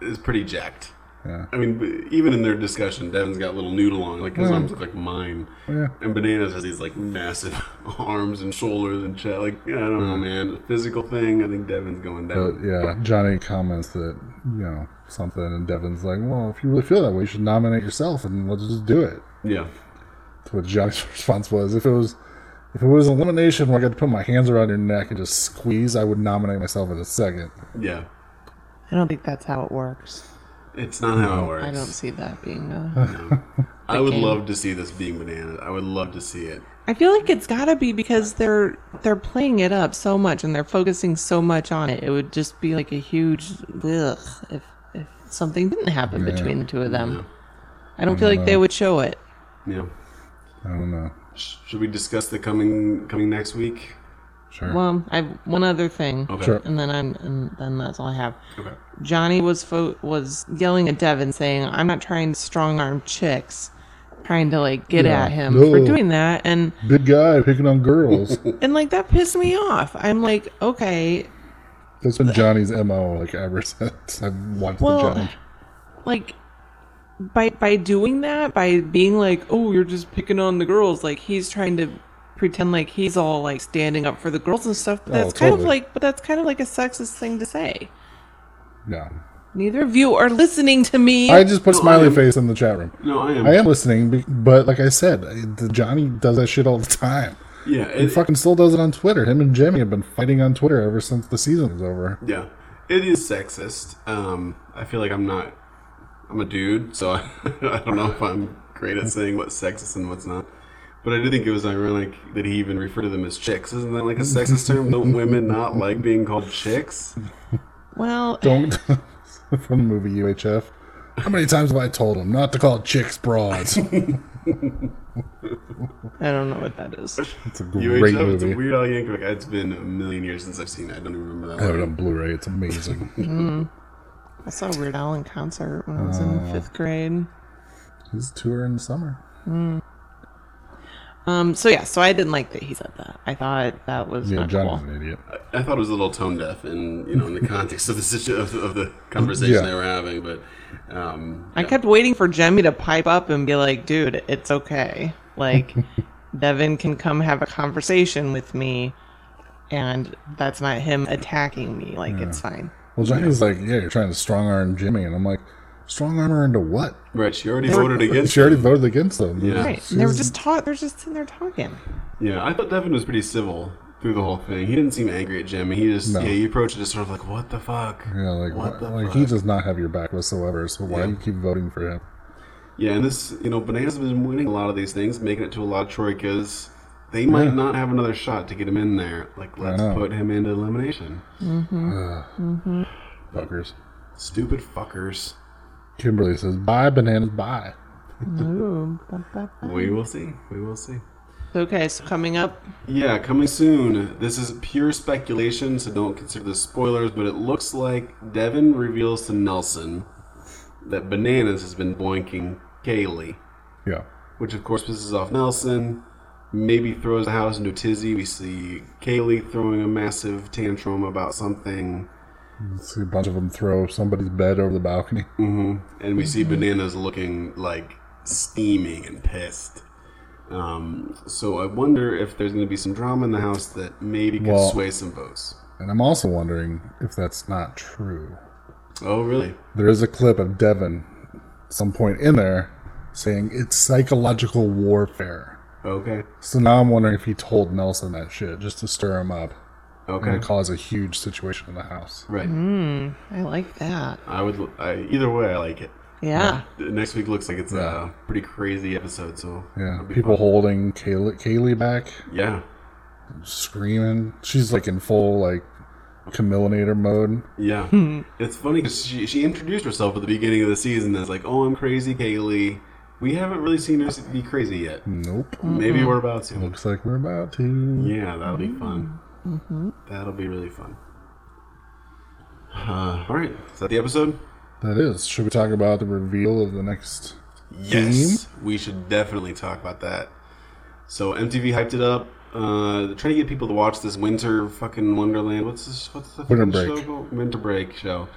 C: is pretty jacked.
D: Yeah.
C: I mean, b- even in their discussion, Devin's got little noodle on, like his arms look like mine,
D: Yeah.
C: and Bananas has these like massive arms and shoulders and chest. Like I don't know, man, physical thing. I think Devin's going down.
D: But yeah, Johnny comments that, you know, something, and Devin's like, well, if you really feel that way, you should nominate yourself and let's just do it.
C: Yeah.
D: To what Johnny's response was, if it was. If it was elimination where I got to put my hands around your neck and just squeeze, I would nominate myself in a second.
C: Yeah.
E: I don't think that's how it works.
C: It's not how it works.
E: I don't see that being. A,
C: I would
E: game.
C: love to see this being bananas. I would love to see it.
E: I feel like it's gotta be because they're they're playing it up so much and they're focusing so much on it. It would just be like a huge ugh if if something didn't happen between the two of them. I don't feel like
D: uh,
E: they would show it.
C: Yeah.
D: I don't know.
C: Sh- Should we discuss the coming coming next week?
D: Sure.
E: Well, I have one other thing,
C: Okay.
D: Sure.
E: and then I'm and then that's all I have.
C: Okay.
E: Johnny was fo- was yelling at Devin, saying, "I'm not trying to strong arm chicks." Trying to like get
D: Yeah.
E: at him for
D: No.
E: doing that, and
D: Big guy picking on girls.
E: and like that pissed me off. I'm like, okay,
D: That's been Johnny's MO like ever since I've watched the
E: Well,
D: Johnny.
E: like by by doing that by being like oh you're just picking on the girls like he's trying to pretend like he's all like standing up for the girls and stuff but
D: Oh,
E: that's kind of
D: totally.
E: like but that's kind of like a sexist thing to say
D: No.
E: neither of you are listening to me
D: I just put smiley face in the chat room.
C: No, I am.
D: I am listening, be- but like I said, I- the Johnny does that shit all the time.
C: Yeah.
D: He
C: It,
D: fucking still does it on Twitter. Him and Jimmy have been fighting on Twitter ever since the season is over.
C: yeah. It is sexist. Um, I feel like I'm not. I'm a dude, so I, I don't know if I'm great at saying what's sexist and what's not. But I do think it was ironic that he even referred to them as chicks. Isn't that like a sexist term? Don't women not like being called chicks?
E: well
D: Don't from the movie UHF. How many times have I told him not to call chicks broads?
E: i don't know what that is
D: It's a great
C: UHF, it's a
D: movie.
C: Weird Al Yankovic. It's been a million years since I've seen it. I don't even remember that.
D: I have it
C: one.
D: on Blu-ray. It's amazing.
E: i saw weird al in concert when i was
D: Uh.
E: in fifth grade
D: He's touring in the summer.
E: um so yeah so i didn't like that he said that i thought that was
D: Yeah,
E: not
D: Johnny's
E: cool.
D: an idiot.
C: I thought it was a little tone deaf, in you know, in the context of the situ- of, of the conversation
D: Yeah.
C: they were having. But um,
E: I kept waiting for Jemmy to pipe up and be like, dude, it's okay. Like, Devin can come have a conversation with me, and that's not him attacking me. Like, it's fine.
D: Well, Johnny's like, yeah, you're trying to strong arm Jimmy, and I'm like, strong arm her into what?
C: Rich, you already voted against.
D: She already voted against him.
C: Yeah.
E: Right. And they were just taught, they're just sitting there talking.
C: Yeah, I thought Devin was pretty civil through the whole thing. He didn't seem angry at Jimmy. He just
D: No.
C: yeah, he approached it just sort of like, what the fuck?
D: Yeah, like,
C: what the
D: like
C: fuck?
D: he does not have your back whatsoever. So why do you keep voting for him?
C: Yeah, and this you know, Bananas has been winning a lot of these things, making it to a lot of troikas. They might not have another shot to get him in there. Like, let's
D: know.
C: put him into elimination.
D: Fuckers.
C: Stupid fuckers.
D: Kimberly says, "Bye, bananas, bye."
E: Ooh, ba, ba, ba.
C: We will see. We will see.
E: Okay, so coming up,
C: Yeah, coming soon. This is pure speculation, so don't consider this spoilers, but it looks like Devin reveals to Nelson that Bananas has been boinking Kaylee,
D: Yeah.
C: which of course pisses off Nelson, maybe throws the house into a tizzy. We see Kaylee throwing a massive tantrum about something,
D: See a bunch of them throw somebody's bed over the balcony.
C: and we see
D: Mm-hmm.
C: Bananas looking like steaming and pissed. Um, so I wonder if there's going to be some drama in the house that maybe could
D: Well-
C: sway some votes.
D: And I'm also wondering if that's not true.
C: Oh, really?
D: There is a clip of Devin, some point in there, saying it's psychological warfare.
C: Okay.
D: So now I'm wondering if he told Nelson that shit just to stir him up
C: Okay.
D: and to cause a huge situation in the house.
C: Right.
E: I like that.
C: I would. I, either way, I like it.
E: Yeah.
C: Next week looks like it's a pretty crazy episode. So
D: Yeah,
C: it'll be
D: people
C: fun.
D: holding Kaylee, Kaylee back,
C: Yeah.
D: screaming. She's like in full like Camillinator mode.
C: Yeah. it's funny because she she introduced herself at the beginning of the season as like, "Oh, I'm crazy, Kaylee." We haven't really seen her be crazy yet.
D: Nope.
C: Maybe we're about to.
D: Looks like we're about to.
C: Yeah, that'll be fun. That'll be really fun. Uh, all right, is that the episode?
D: That is. Should we talk about the reveal of the next?
C: Yes, we should definitely talk about that. So MTV hyped it up. Uh, they're trying to get people to watch this winter fucking Wonderland. What's this? What's the
D: Winter
C: fucking
D: break.
C: show? called? Winter break show.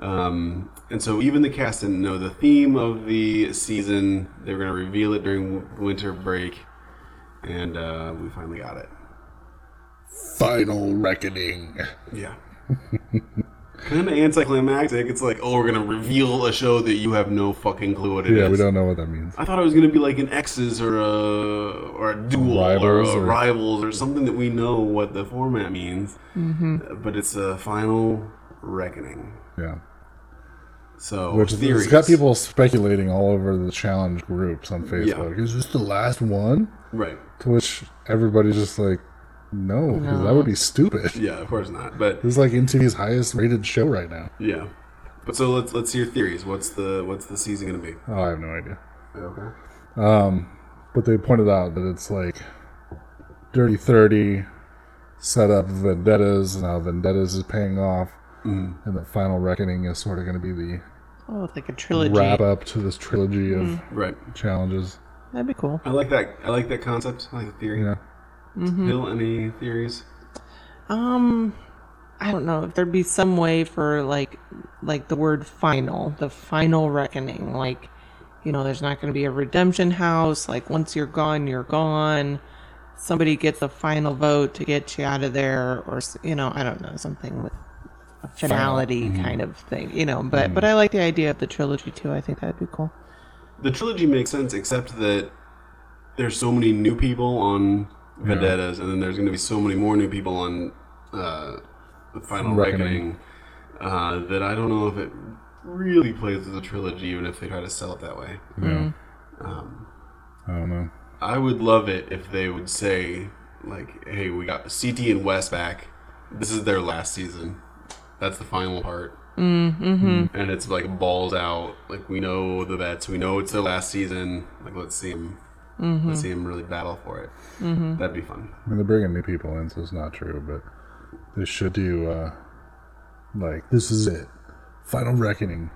C: Um, and so even the cast didn't know the theme of the season. They were going to reveal it during w- winter break, and uh, we finally got it.
D: Final reckoning.
C: Yeah. kind of anticlimactic. It's like, oh, we're going to reveal a show that you have no fucking clue what it is.
D: Yeah, we don't know what that means.
C: I thought it was gonna be like an X's or a or a duel
D: Rivals
C: or, a
D: or-
C: rivals or something that we know what the format means, mm-hmm. but it's a final reckoning.
D: Yeah,
C: So
D: which
C: theories.
D: has got people speculating all over the challenge groups on Facebook. Is this the last one?
C: right?
D: To which everybody's just like, no, because that would be stupid.
C: Yeah, of course not. But
D: This is like MTV's highest rated show right now.
C: yeah, but so let's let's hear theories. What's the what's the season gonna be?
D: Oh, I have no idea.
C: Okay.
D: But they pointed out that it's like Dirty 30 set up vendettas, now vendettas is paying off, and the final reckoning is sort of going to be the
E: Oh, it's like a trilogy.
D: wrap up to this trilogy of
C: Right.
D: challenges.
E: That'd be cool.
C: I like that. I like that concept. I like the theory.
D: Yeah.
C: Bill, any theories?
E: Um, I don't know if there'd be some way for like, like the word final, the final reckoning. Like, you know, there's not going to be a redemption house. Like, once you're gone, you're gone. Somebody gets a final vote to get you out of there, or s- you know, I don't know, something with a finality
C: Mm-hmm.
E: kind of thing. You know, but but I like the idea of the trilogy too. I think that'd be cool.
C: The trilogy makes sense, except that there's so many new people on Vendettas, and then there's going to be so many more new people on uh, the Final Reckoning,
D: Reckoning.
C: uh, that I don't know if it really plays as a trilogy, even if they try to sell it that way.
D: Yeah. I don't know.
C: I would love it if they would say, like, hey, we got CT and West back. This is their last season. That's the final part. Mm-hmm. And it's like balls out. Like, we know the vets. We know it's their last season. Like, let's see them. Let's see them really battle for it. That'd be fun.
D: I mean, they're bringing new people in, so it's not true, but they should do, uh, like, this is it. Final Reckoning.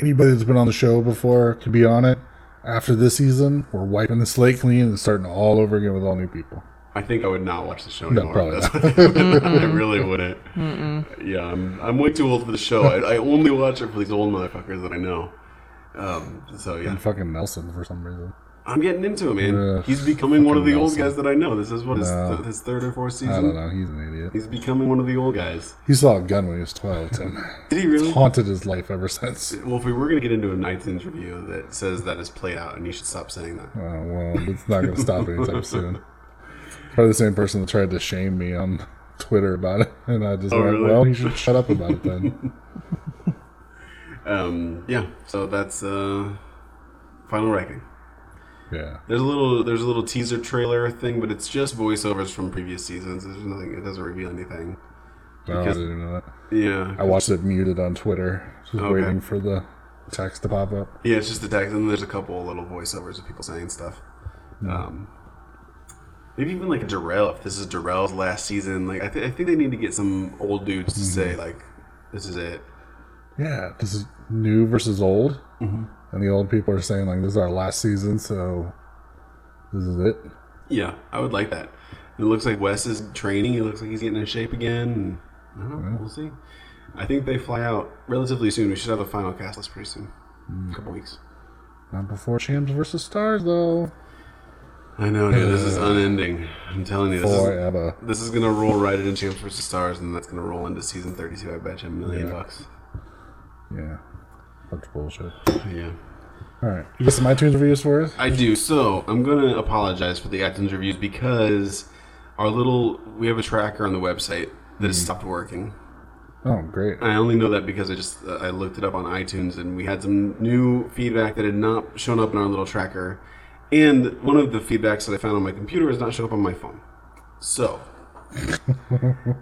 D: Anybody that's been on the show before could be on it. After this season, we're wiping the slate clean and starting all over again with all new people.
C: I think I would not watch the show
D: No,
C: anymore.
D: probably
C: That's what I would- I really wouldn't. Yeah, I'm, I'm way too old for the show. I, I only watch it for these old motherfuckers that I know. Um, so, yeah.
D: And fucking Nelson for some reason.
C: I'm getting into him, man.
D: Ugh,
C: he's becoming one of the
D: fucking
C: old
D: Nelson.
C: guys that I know. This is what his,
D: No.
C: th- his third or fourth
D: I don't
C: season.
D: know. He's an idiot.
C: He's becoming one of the old guys.
D: He saw a gun when he was 12, Tim.
C: Did he really?
D: Haunted his life ever since. Uh,
C: Well, if we were gonna get into an iTunes review that says that is played out, and you should stop saying that.
D: Oh, well, it's not going to stop anytime soon. Probably the same person that tried to shame me on Twitter about it. And I just went,
C: Oh, really?
D: well, he should shut up about it then.
C: Um, yeah. So that's uh, final ranking.
D: Yeah.
C: There's a little there's a little teaser trailer thing, but it's just voiceovers from previous seasons. There's nothing. It doesn't reveal anything.
D: No, I
C: Because-
D: didn't know that.
C: Yeah.
D: I watched it muted on Twitter, just
C: Okay.
D: waiting for the text to pop up.
C: Yeah, it's just the text, and there's a couple little voiceovers of people saying stuff. Um, maybe even like Darrell, if this is Darrell's last season, like I, th- I think they need to get some old dudes to say like, "This is it."
D: Yeah, this is new versus old,
C: Mm-hmm.
D: and the old people are saying like, "This is our last season, so this is it."
C: Yeah, I would like that. It looks like Wes is training. He looks like he's getting in shape again. I don't know. We'll see. I think they fly out relatively soon. We should have a final cast list pretty soon. A couple weeks.
D: Not before Shams versus Stars though.
C: I know, dude. This is unending. I'm telling you, this is
D: Forever.
C: This is gonna roll right into Champs vs. Stars, and that's gonna roll into season thirty-two. I bet you a million
D: Yeah.
C: bucks.
D: Yeah, bunch of bullshit.
C: Yeah,
D: All right, you got some iTunes reviews for us?
C: I do. So I'm gonna apologize for the iTunes reviews because our little we have a tracker on the website that has stopped working.
D: Oh, great.
C: I only know that because I just uh, I looked it up on iTunes, and we had some new feedback that had not shown up in our little tracker, and one of the feedbacks that I found on my computer has not shown up on my phone. So,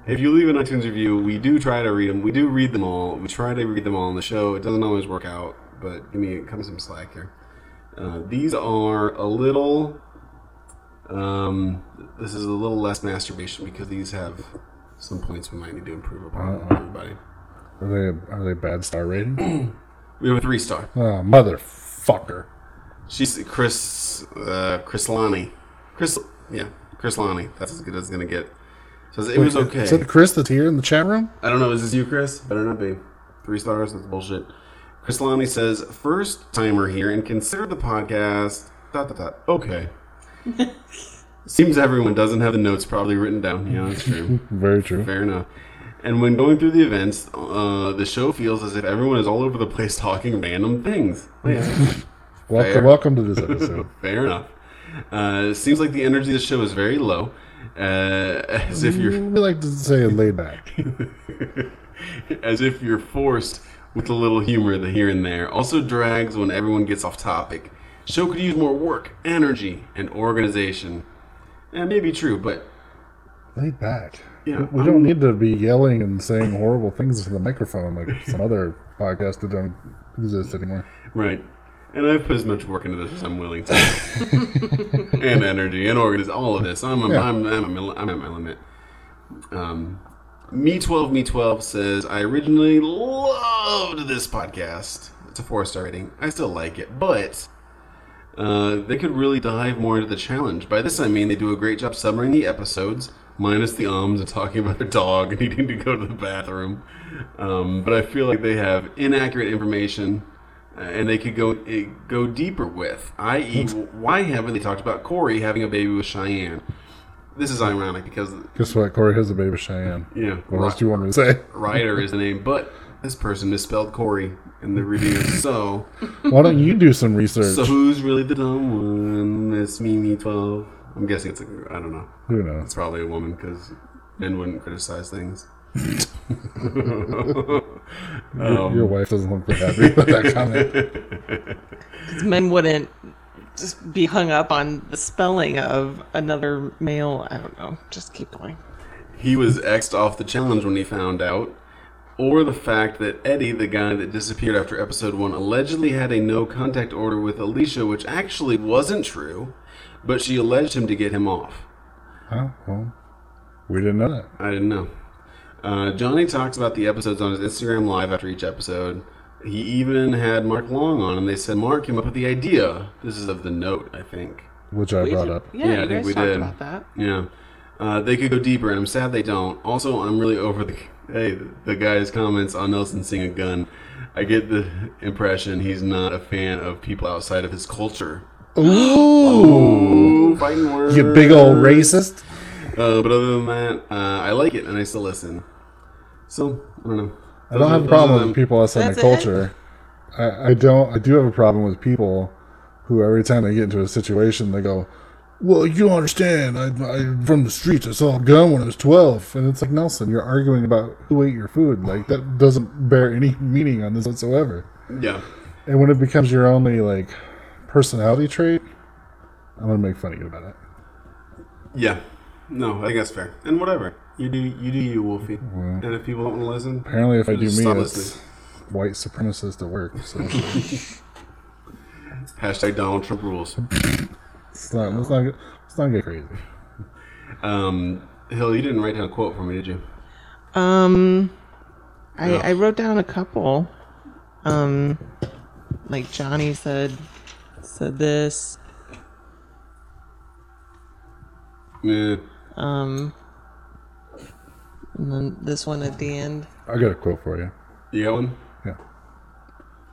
C: if you leave an iTunes review, we do try to read them. We do read them all. We try to read them all on the show. It doesn't always work out, but give me come some slack here. Uh, these are a little. Um, this is a little less masturbation because these have some points we might need to improve upon. Everybody,
D: Are they are they bad star rating?
C: we have a three star.
D: oh, motherfucker.
C: She's Chris uh, Chris Lonnie. Chris yeah, Chris Lonnie. That's as good as it's gonna get. Says it was okay.
D: Is it Chris that's here in the chat room?
C: I don't know, is this you, Chris? Better not be. Three stars, that's bullshit. Chris Lonnie says, first timer here and consider the podcast. Dot dot dot. Okay. Seems everyone doesn't have the notes probably written down. Yeah, that's true.
D: Very true.
C: Fair enough. And when going through the events, uh, the show feels as if everyone is all over the place talking random things. Oh, Yeah.
D: welcome,
C: fair.
D: welcome to this episode.
C: Fair enough. Uh, it seems like the energy of the show is very low, uh, as if
D: we
C: you're
D: like to say laid back.
C: as if you're forced with a little humor the here and there. Also drags when everyone gets off topic. Show could use more work, energy, and organization. That may be true, but
D: laid back.
C: Yeah,
D: we we don't need to be yelling and saying horrible things to the microphone like some other podcasts that don't exist anymore.
C: right. And I've put as much work into this as I'm willing to, and energy, and organize all of this. I'm,
D: Yeah.
C: I'm, I'm, I'm, I'm at my limit. Um, Me twelve Me twelve says I originally loved this podcast. It's a four star rating. I still like it, but uh, they could really dive more into the challenge. By this I mean they do a great job summarizing the episodes, minus the ums and talking about their dog and needing to go to the bathroom. Um, but I feel like they have inaccurate information. uh, And they could go eh, go deeper with, i.e., why haven't they talked about Corey having a baby with Cheyenne? This is ironic because
D: Guess what? Corey has a baby Cheyenne.
C: yeah,
D: What else do you want me to say?
C: Ryder is the name, but this person misspelled Corey in the review. So,
D: Why don't you do some research?
C: so who's really the dumb one? It's me, me twelve. I'm guessing it's a. I don't know.
D: Who
C: It's
D: knows?
C: probably a woman because men wouldn't criticize things.
D: Your wife doesn't look that happy with that comment.
E: men wouldn't just be hung up on the spelling of another male. I don't know. Just keep going.
C: He was xed off the challenge when he found out, or the fact that Eddie, the guy that disappeared after episode one, allegedly had a no contact order with Alicia, which actually wasn't true, but she alleged him to get him off.
D: Oh, well, we didn't know that.
C: I didn't know. Uh, Johnny talks about the episodes on his Instagram live after each episode. He even had Mark Long on, and they said Mark came up with the idea. This is of the note, I think.
D: Which I
E: We
D: brought
E: did-
D: up.
E: Yeah,
C: Yeah, I
E: you
C: think
E: guys
C: we
E: talked
C: did.
E: about that.
C: Yeah, uh, they could go deeper, and I'm sad they don't. Also, I'm really over the hey the guy's comments on Nelson seeing a gun. I get the impression he's not a fan of people outside of his culture.
D: Ooh,
C: Ooh, fighting words.
D: you big old racist.
C: Uh, but other than that, uh, I like it, and I still listen. So I don't know.
D: I don't have a problem with people outside my
E: That's it?
D: culture. I, I don't. I do have a problem with people who every time they get into a situation, they go, "Well, you don't understand. I, I from the streets. I saw a gun when I was 12. and it's like Nelson, you're arguing about who ate your food. Like that doesn't bear any meaning on this whatsoever.
C: Yeah.
D: And when it becomes your only like personality trait, I'm gonna make fun of you about it.
C: Yeah. No, I think that's fair. And whatever. You do you do you, Wolfie. And if people don't want to listen,
D: Apparently, if I do
C: Just
D: me,
C: stop
D: it's
C: listening.
D: white supremacist at work. So
C: hashtag Donald Trump rules.
D: let's not let's not get, let's not get crazy.
C: Um, Hill, you didn't write down a quote for me, did you?
E: Um, I, I wrote down a couple. Um, like Johnny said, said this.
C: Yeah.
E: Um, and then this one at the end.
D: I got a quote for you.
C: You got one?
D: Yeah.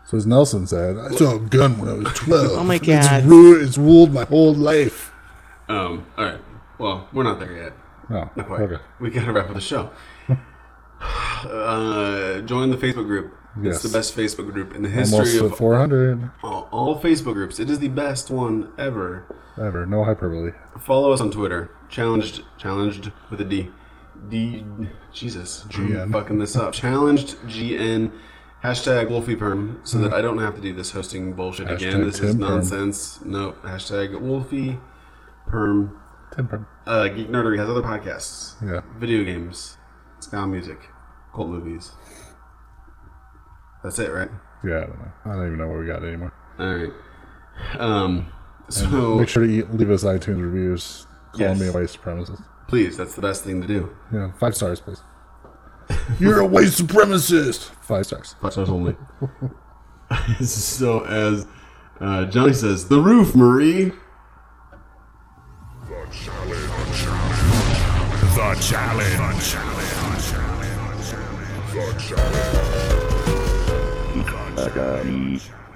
D: So as Nelson said, I saw a gun when I was twelve.
E: Oh my
D: It's
E: God.
D: ruled, it's ruled my whole life.
C: Um, all right. Well, we're not there yet.
D: No.
C: Not quite.
D: Okay.
C: We gotta wrap up the show. uh, join the Facebook group.
D: Yes.
C: It's the best Facebook group in the
D: Almost
C: history
D: to
C: of
D: 400
C: all, all Facebook groups. It is the best one ever.
D: ever. No hyperbole.
C: Follow us on Twitter. Challenged, challenged with a D. D. Jesus,
D: GN.
C: I'm fucking this up. Challenged GN. Hashtag Wolfie Perm, so that I don't have to do this hosting bullshit again.
D: Hashtag
C: This is
D: Tim Perm.
C: nonsense. No. Hashtag Wolfie Perm.
D: Temper.
C: Uh, Geek Nerdery has other podcasts.
D: Yeah.
C: Video games, ska music, cult movies. That's it, right?
D: Yeah. I don't know. I don't even know what we got anymore.
C: All right. Um, so
D: Make sure to eat, leave us iTunes reviews. Call
C: Yes.
D: me a white supremacist.
C: please, that's the best thing to do.
D: Yeah, five stars, please. You're a white supremacist. Five stars.
C: Five stars only. so as uh, Johnny says, the roof, Marie.
A: The challenge. The challenge. The challenge.